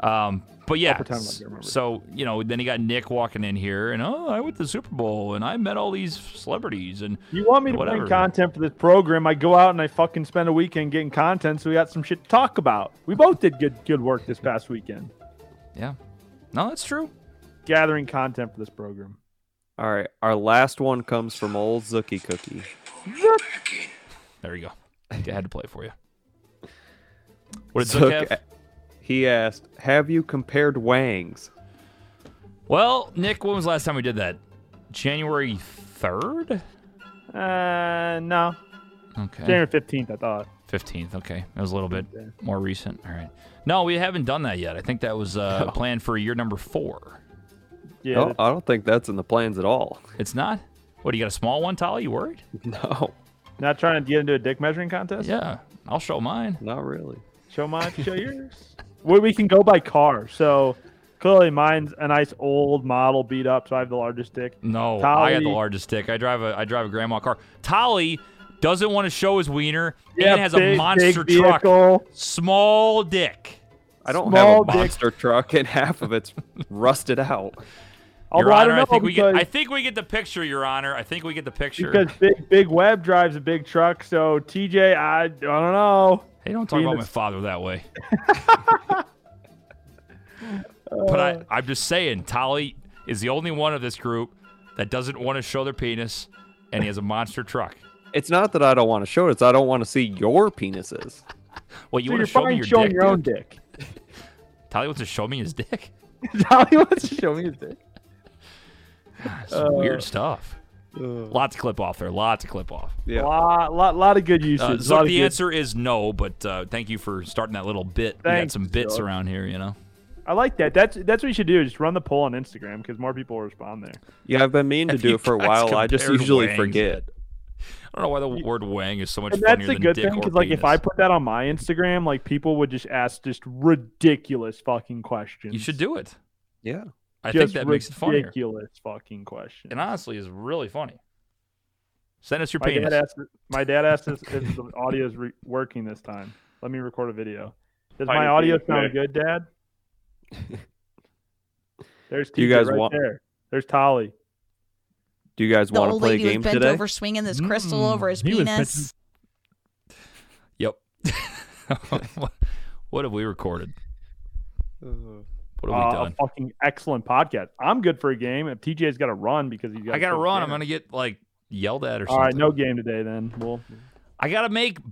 Um, but yeah, pretend like I s- remember. so you know, then he got Nick walking in here, and oh, I went to the Super Bowl, and I met all these celebrities, and You want me to Whatever. bring content for this program? I go out and I fucking spend a weekend getting content, so we got some shit to talk about. We both did good good work this past weekend, yeah, no, that's true. gathering content for this program. All right, our last one comes from old Zookie Cookie. There you go. I had to play it for you. What did Zook- Zook have? He asked, "Have you compared wangs?" Well, Nick, when was the last time we did that? January third. Uh, no, Okay, January fifteenth, I thought. fifteenth. Okay, that was a little bit more recent. All right. No, we haven't done that yet. I think that was [laughs] uh, planned for year number four. Yeah, No, Oh, that- Oh, I don't think that's in the plans at all. [laughs] It's not. What do you got? A small one, Tyler? You worried? No, not trying to get into a dick measuring contest. Yeah, I'll show mine. not really. Show mine, [laughs] show yours. We, we can go by car, so clearly mine's a nice old model, beat up, so I have the largest dick. No, I got Tolly- the largest dick. I drive a I drive a grandma car. Tolly doesn't want to show his wiener and has big- a monster big truck. vehicle. Small dick. I don't have Small a dick. monster truck, and half of it's rusted out. Although Your I Honor, don't know think we get because- I think we get the picture, Your Honor. I think we get the picture. because big big web drives a big truck so tj i, I don't know hey, don't talk about my Venus- father that [laughs] way. but Uh. I, I'm just saying, Tolly is the only one of this group that doesn't want to show their penis and he has a monster truck. It's not that I don't want to show it; it's I don't want to see your penises. Well, you so want you're to show me fine your showing dick? your own dude? dick [laughs] Tolly wants to show me his dick. Dolly wants to show me his [laughs] dick It's Uh, weird stuff. Lots to clip off there. Lots to clip off. Yeah. lot, lot lot of good usage Uh, lot so of the good- answer is no, but uh, thank you for starting that little bit. we had Thanks, some bits George. around here, you know. i like that that's that's what you should do just run the poll on instagram because more people will respond there Yeah, I've been meaning to Have do you it for a guys while. I just compared usually wangs forget. I don't know why the word "wang" is so much And funnier that's a than good dick thing or because, like, if I penis. put that on my Instagram, like, people would just ask just ridiculous fucking questions. you should do it. Yeah. I just think that makes it funnier. Ridiculous fucking questions. And honestly, is really funny. Send us your my penis. dad asked. My dad asked us if the audio is re- working this time. Let me record a video. Does Fine, my you audio can sound good, [laughs] Dad? There's You TJ guys right want- there. There's Tolly. Do you guys The want to old play a lady game was bent today? over swinging this crystal Mm, over his he was bent- penis. Yep. [laughs] what, what have we recorded? What have Uh, we a done? fucking excellent podcast. I'm good for a game. If TJ's got to run because he's got. I gotta go to run. I'm dinner. gonna get like yelled at or All something. right, no game today then. Well, I gotta make b-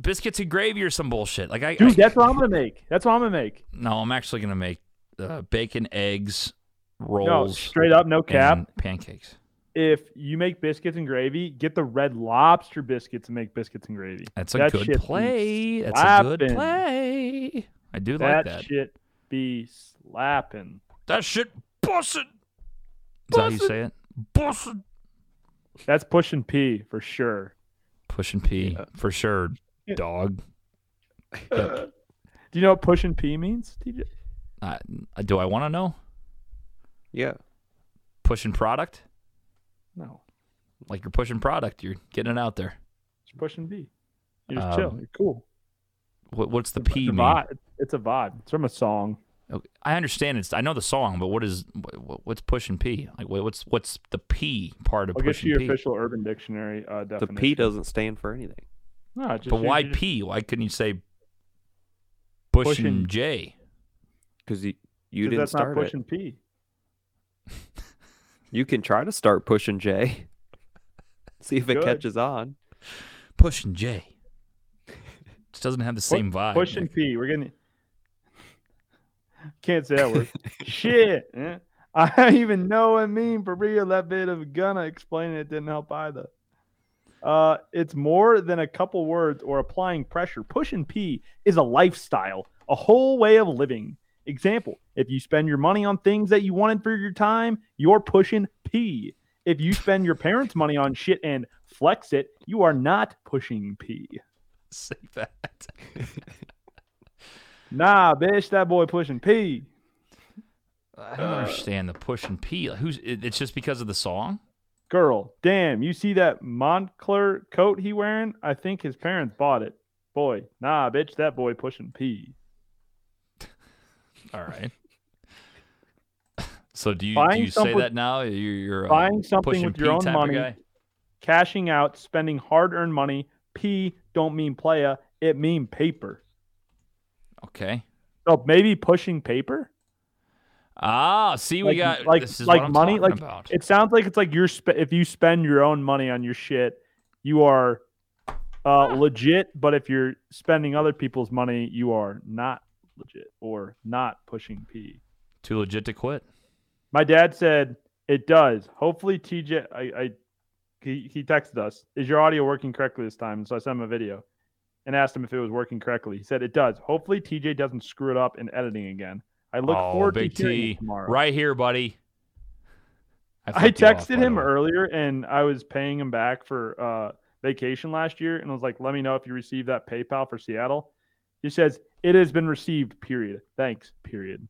biscuits and gravy or some bullshit. Like I, I- dude, that's what I'm gonna make. That's what I'm gonna make. no, I'm actually gonna make uh, bacon, eggs, No, rolls, straight up, no cap. and pancakes. if you make biscuits and gravy, get the red lobster biscuits and make biscuits and gravy. That's a That good shit be play. That's a good slappin'. play. I do like that, that. shit be slapping. That shit bussin'. Is that how you say it? Bussin'. That's pushing P for sure. Push and pee for sure, dog. Do you know what pushing P means? TJ? Uh, do I want to know? Yeah. Pushing product? No, Like you're pushing product, you're getting it out there. it's pushing P. You just Um, chill. You're cool. What, what's the It's P a mean? vibe. It's a vibe. It's from a song. Okay, I understand it's. I know the song, but what is wh- wh- what's pushing P? Like wh- what's what's the P part of I'll get pushing you your P? official Urban Dictionary uh, The definition. P doesn't stand for anything. No, it's just but you- why you just- P? Why couldn't you say pushing Pushing- J? Because you, you 'cause didn't that's not start pushing it. P. You can try to start pushing J. [laughs] See if it Good. catches on. Pushing J. Just doesn't have the same vibe. Pushing Nick. P. We're gonna can't say that [laughs] word. Shit. eh? I don't even know what I mean for real. That bit of gonna explaining it didn't help either. Uh, it's more than a couple words or applying pressure. Pushing P is a lifestyle, a whole way of living. Example: If you spend your money on things that you wanted for your time, you're pushing P. If you spend your parents' money on shit and flex it, you are not pushing P. [laughs] Say that. Nah, bitch, that boy pushing P. I don't understand the pushing P. Like, Who's? It, it's just because of the song. Girl, damn, you see that Montclair coat he wearing? I think his parents bought it. Boy, nah, bitch, that boy pushing P. All right. [laughs] So do you do Buying you say something- that now? You're, you're a Buying something pushing with P your own type of money, guy? cashing out, spending hard-earned money. P don't mean playa, it mean paper. Okay. So maybe pushing paper? Ah, see, we got like this is like what I'm money. talking Like about. it sounds like it's like you're sp- if you spend your own money on your shit, you are Ah. uh, legit. But if you're spending other people's money, you are not legit or not pushing P. too legit to quit. My dad said it does. Hopefully, TJ, I, I he, he texted us. Is your audio working correctly this time? And so I sent him a video and asked him if it was working correctly. He said it does. Hopefully, TJ doesn't screw it up in editing again. I look oh, forward Big to hearing it T, tomorrow. right here, buddy. I flipped you off, by texted the him way. earlier and I was paying him back for uh, vacation last year and I was like, let me know if you received that PayPal for Seattle. He says, it has been received, period. Thanks, period.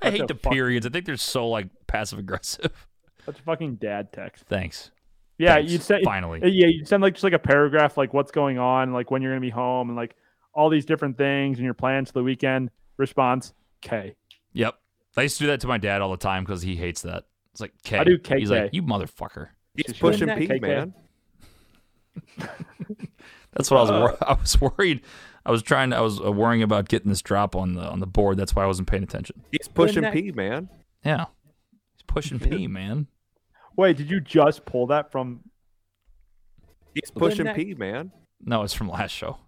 I What hate the the fuck? periods. I think they're so like passive aggressive. That's a fucking dad text. [laughs] Thanks. Yeah, Thanks. you send Finally. yeah, you send like just like a paragraph like what's going on, like when you're gonna be home and like all these different things and your plans for the weekend. Response K. Yep. I used to do that to my dad all the time because he hates that. It's like K. do He's KK. like, you motherfucker. He's Just pushing doing P, that, KK. man. That's what I was. Uh. Wor- [laughs] I was worried. I was trying. To, I was uh, worrying about getting this drop on the on the board. That's why I wasn't paying attention. He's pushing P, man. Yeah. He's pushing P, man. Wait, did you just pull that from? He's pushing P, man. No, it's from last show.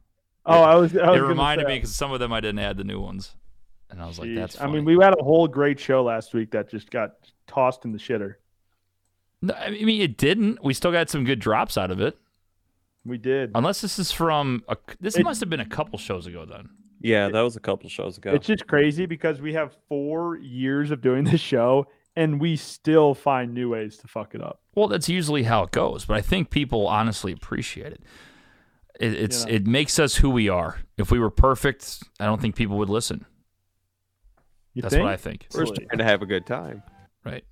Oh, I was. I was It gonna reminded say- me because some of them I didn't add the new ones, and I was like, Jeez. "That's." I Funny. mean, we had a whole great show last week that just got tossed in the shitter. No, I mean, it didn't. We still got some good drops out of it. We did. Unless this is from a, this It- must have been a couple shows ago then. Yeah, that was a couple shows ago. It's just crazy because we have four years of doing this show, and we still find new ways to fuck it up. Well, that's usually how it goes, but I think people honestly appreciate it. it it's Yeah. it makes us who we are. If we were perfect, I don't think people would listen. You that's think? what I think. We're just trying to have a good time. Right?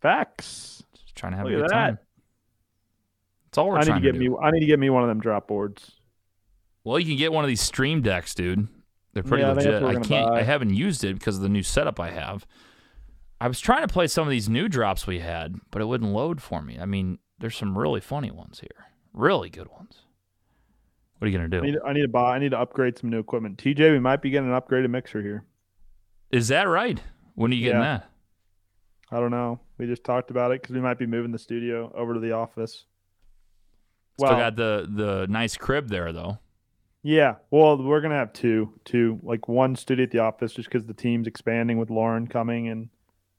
Facts. Just trying to have Look a at good that. time. That's all we're I need trying to get do. me. I need to get me one of them drop boards. Well, you can get one of these stream decks, dude. They're pretty Yeah, I think that's what legit. I we're gonna can't. buy. I haven't used it because of the new setup I have. I was trying to play some of these new drops we had, but it wouldn't load for me. I mean, there's some really funny ones here, really good ones. What are you gonna do? I need, I need to buy. I need to upgrade some new equipment. TJ, we might be getting an upgraded mixer here. Is that right? When are you getting Yeah. that? I don't know. We just talked about it because we might be moving the studio over to the office. Still Well, got the the nice crib there though. yeah. Well, we're gonna have two, two, like one studio at the office, just because the team's expanding with Lauren coming and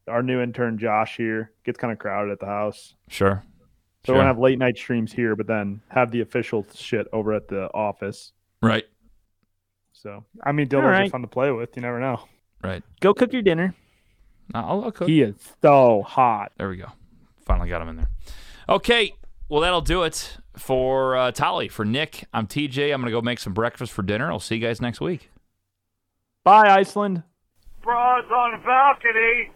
our new intern Josh here gets kind of crowded at the house. Sure. So we're gonna have late night streams here, but then have the official shit over at the office. Right. So I mean, dildos are right. fun to play with. You never know. Right. Go cook your dinner. I'll, I'll cook. He is so hot. There we go. Finally got him in there. Okay. Well, that'll do it for uh, Tolly. For Nick, I'm TJ. I'm going to go make some breakfast for dinner. I'll see you guys next week. Bye, Iceland. Broads on balcony.